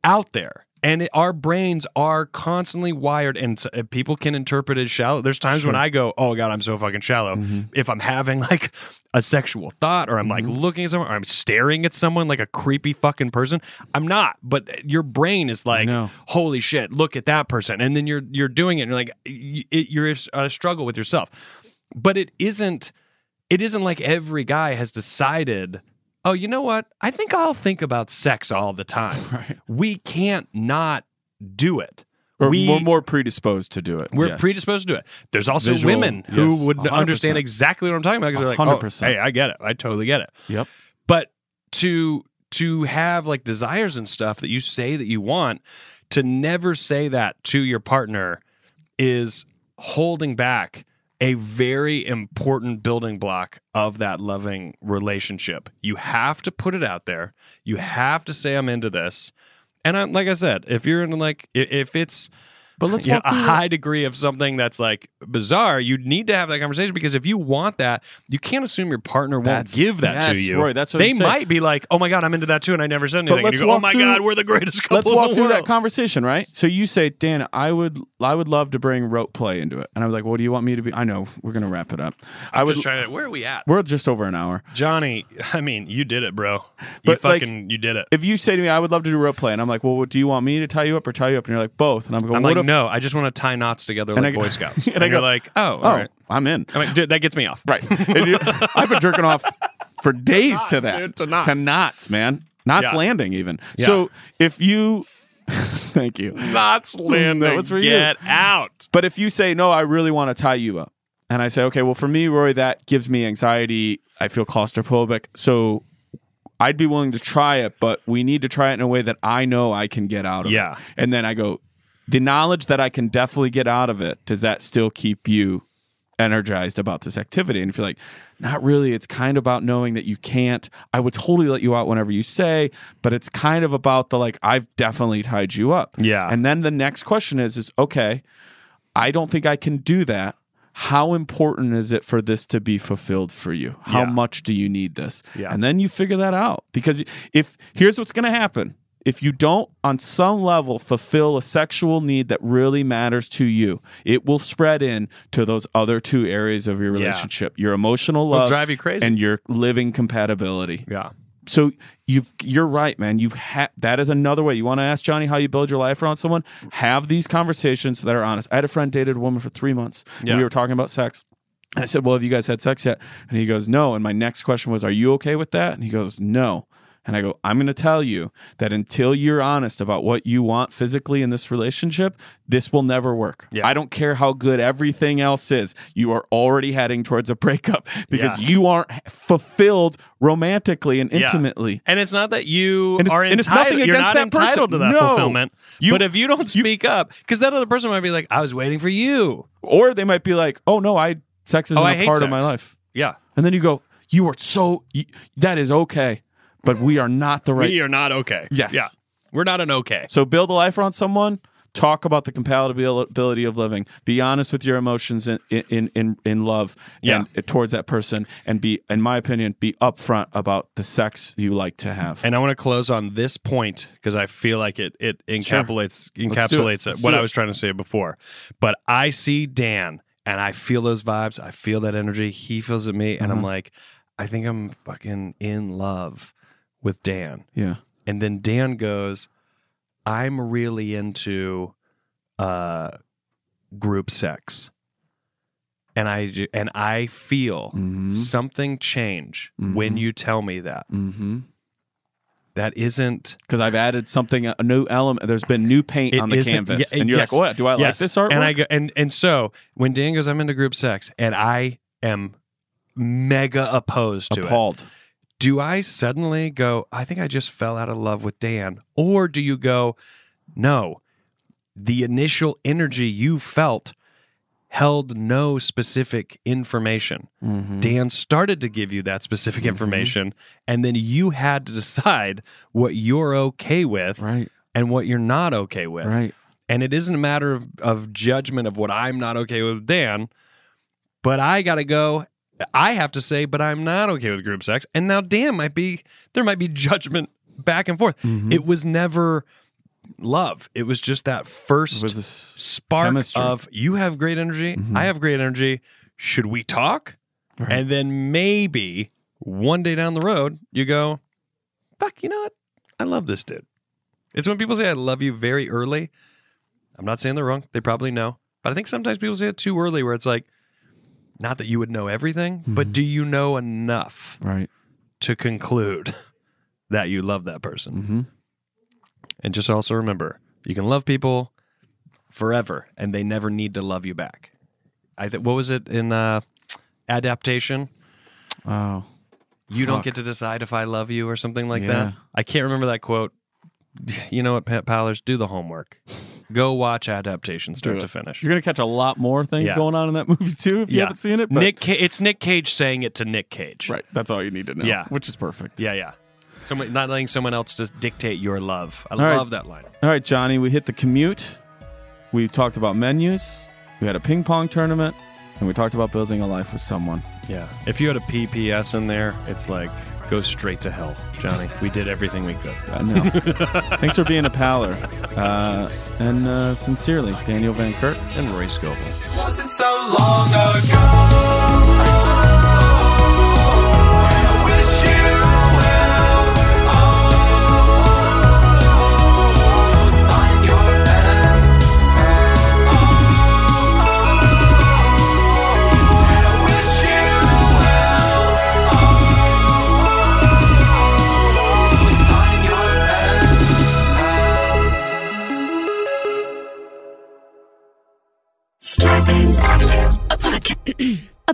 out there. And it, our brains are constantly wired, and s- uh, people can interpret it shallow. There's times when Sure. I go, "Oh God, I'm so fucking shallow." If I'm having like a sexual thought, or I'm like looking at someone, or I'm staring at someone like a creepy fucking person, I'm not. But uh, your brain is like, know. holy shit look at that person and then you're you're doing it and you're like y- it, you're a struggle with yourself but it isn't it isn't like every guy has decided oh you know what i think i'll think about sex all the time Right. we can't not do it Or we, we're more predisposed to do it. we're yes. predisposed to do it there's also Visual, women who yes, would 100%. understand exactly what i'm talking about because they're like oh, 100%. hey i get it i totally get it Yep. but to to have like desires and stuff that you say that you want to never say that to your partner is holding back a very important building block of that loving relationship you have to put it out there you have to say i'm into this and i'm like i said if you're into like i- if it's But let's you know, walk a through the- high degree of something that's like bizarre you need to have that conversation because if you want that you can't assume your partner won't That's- give that yes, to you Roy, that's what they I'm saying. might be like oh my god i'm into that too and i never said But anything and let's you go oh walk my through- god we're the greatest couple Let's walk in the through world that conversation, right? So you say, Dan, I would, I would love to bring rope play into it, and I was like, "What do you want me to be?" I know we're gonna wrap it up. I I'm would. just trying to where are we at we're just over an hour. johnny i mean you did it bro you But, like, fucking you did it If you say to me, "I would love to do rope play," and I'm like, "Well, what, do you want me to tie you up or tie you up?" and you're like, "Both," and I'm going, i'm "What like if?" no i just want to tie knots together And like I go- boy scouts and and, I you're go, like oh Oh, all right. I'm in. i mean dude, that gets me off Right. And you- I've been jerking off for days to, that. dude, to knots. man. Knots Yeah. landing even. Yeah. So if you thank you. knots landing That was for you. get out But if you say, no, I really want to tie you up, and I say, okay, well, for me, Roy, that gives me anxiety. I feel claustrophobic. So I'd be willing to try it, but we need to try it in a way that I know I can get out of Yeah. it. And then I go, the knowledge that I can definitely get out of it, does that still keep you energized about this activity? And if you're like, not really, it's kind of about knowing that you can't, I would totally let you out whenever you say, but it's kind of about the like, I've definitely tied you up. Yeah. And then the next question is, is okay, I don't think I can do that. How important is it for this to be fulfilled for you? How Yeah. much do you need this? Yeah. And then you figure that out because if here's what's going to happen. If you don't on some level fulfill a sexual need that really matters to you, it will spread in to those other two areas of your Yeah. relationship. Your emotional love drive you crazy. and your living compatibility yeah so you you're right man you've had that is another way you want to ask johnny how you build your life around someone have these conversations that are honest i had a friend dated a woman for three months and Yeah. we were talking about sex and i said well have you guys had sex yet and he goes no and my next question was are you okay with that and he goes no and I go, I'm going to tell you that until you're honest about what you want physically in this relationship, this will never work. Yeah. I don't care how good everything else is. You are already heading towards a breakup because Yeah. you aren't fulfilled romantically and Yeah. intimately. And it's not that you And it's- are and it's entitled. nothing You're against not that person. entitled to that No. fulfillment. You- but if you don't speak up, because that other person might be like, "I was waiting for you." Or they might be like, "Oh no, I sex isn't Oh, I a hate part of my sex. life," Yeah, and then you go, "You are so you, that is okay, but we are not the right." we are not okay. Yes. yeah, we're not an okay. So build a life around someone. Talk about the compatibility of living. Be honest with your emotions in in in, in love Yeah. and uh, towards that person, and be, in my opinion, be upfront about the sex you like to have. And I want to close on this point because I feel like it it encapsulates Let's do it. encapsulates Let's what do I it. was trying to say before. But I see Dan and I feel those vibes. I feel that energy. He feels it me, Mm-hmm. and I'm like, I think I'm fucking in love with Dan. yeah, And then Dan goes, I'm really into uh group sex. And I ju- and I feel Mhm. something change when Mhm. you tell me that. mm-hmm. That isn't because I've added something a new element. There's been new paint It on the isn't- canvas, yeah, and you're yes, like, "What? Do I like yes. this artwork?" And I go, and and so when Dan goes, I'm into group sex, and I am mega opposed to Appalled. it. Do I suddenly go? I think I just fell out of love with Dan, or do you go? No, the initial energy you felt held no specific information. Dan started to give you that specific information, and then you had to decide what you're okay with and what you're not okay with. Right. And it isn't a matter of, of judgment of what I'm not okay with, Dan, but I got to go. I have to say, but I'm not okay with group sex. And now Dan might be, there might be judgment back and forth. It was never love. It was just that first spark chemistry. of you have great energy, I have great energy. Should we talk? And then maybe one day down the road, you go, fuck, you know what? I love this dude. It's when people say I love you very early. I'm not saying they're wrong. They probably know. But I think sometimes people say it too early where it's like, not that you would know everything, but do you know enough right. to conclude that you love that person? Mm-hmm. And just also remember, you can love people forever, and they never need to love you back. I th- what was it in uh, adaptation? Oh, You don't Fuck. get to decide if I love you or something like Yeah. that. I can't remember that quote. You know what, Pat Powers? Do the homework. Go watch adaptation start it. to finish. you're gonna catch a lot more things Yeah. going on in that movie too if you Yeah. haven't seen it. But Nick, Ca- it's Nick Cage saying it to Nick Cage. right, that's all you need to know. Yeah. which is perfect. Yeah, yeah. Someone not letting someone else just dictate your love. I All right. love that line. All right, Johnny, we hit the commute. We talked about menus. We had a ping pong tournament. And we talked about building a life with someone. Yeah. If you had a PPS in there, it's like go straight to hell, Johnny. We did everything we could. I know. Thanks for being a paler. Uh, and uh, sincerely, Daniel Van Kirk. And Roy Scoble. Wasn't so long ago. I wish you well. Oh, sign your pen. Oh, I wish you well. Oh, sign your pen. Scarpins Avenue. A, podca- a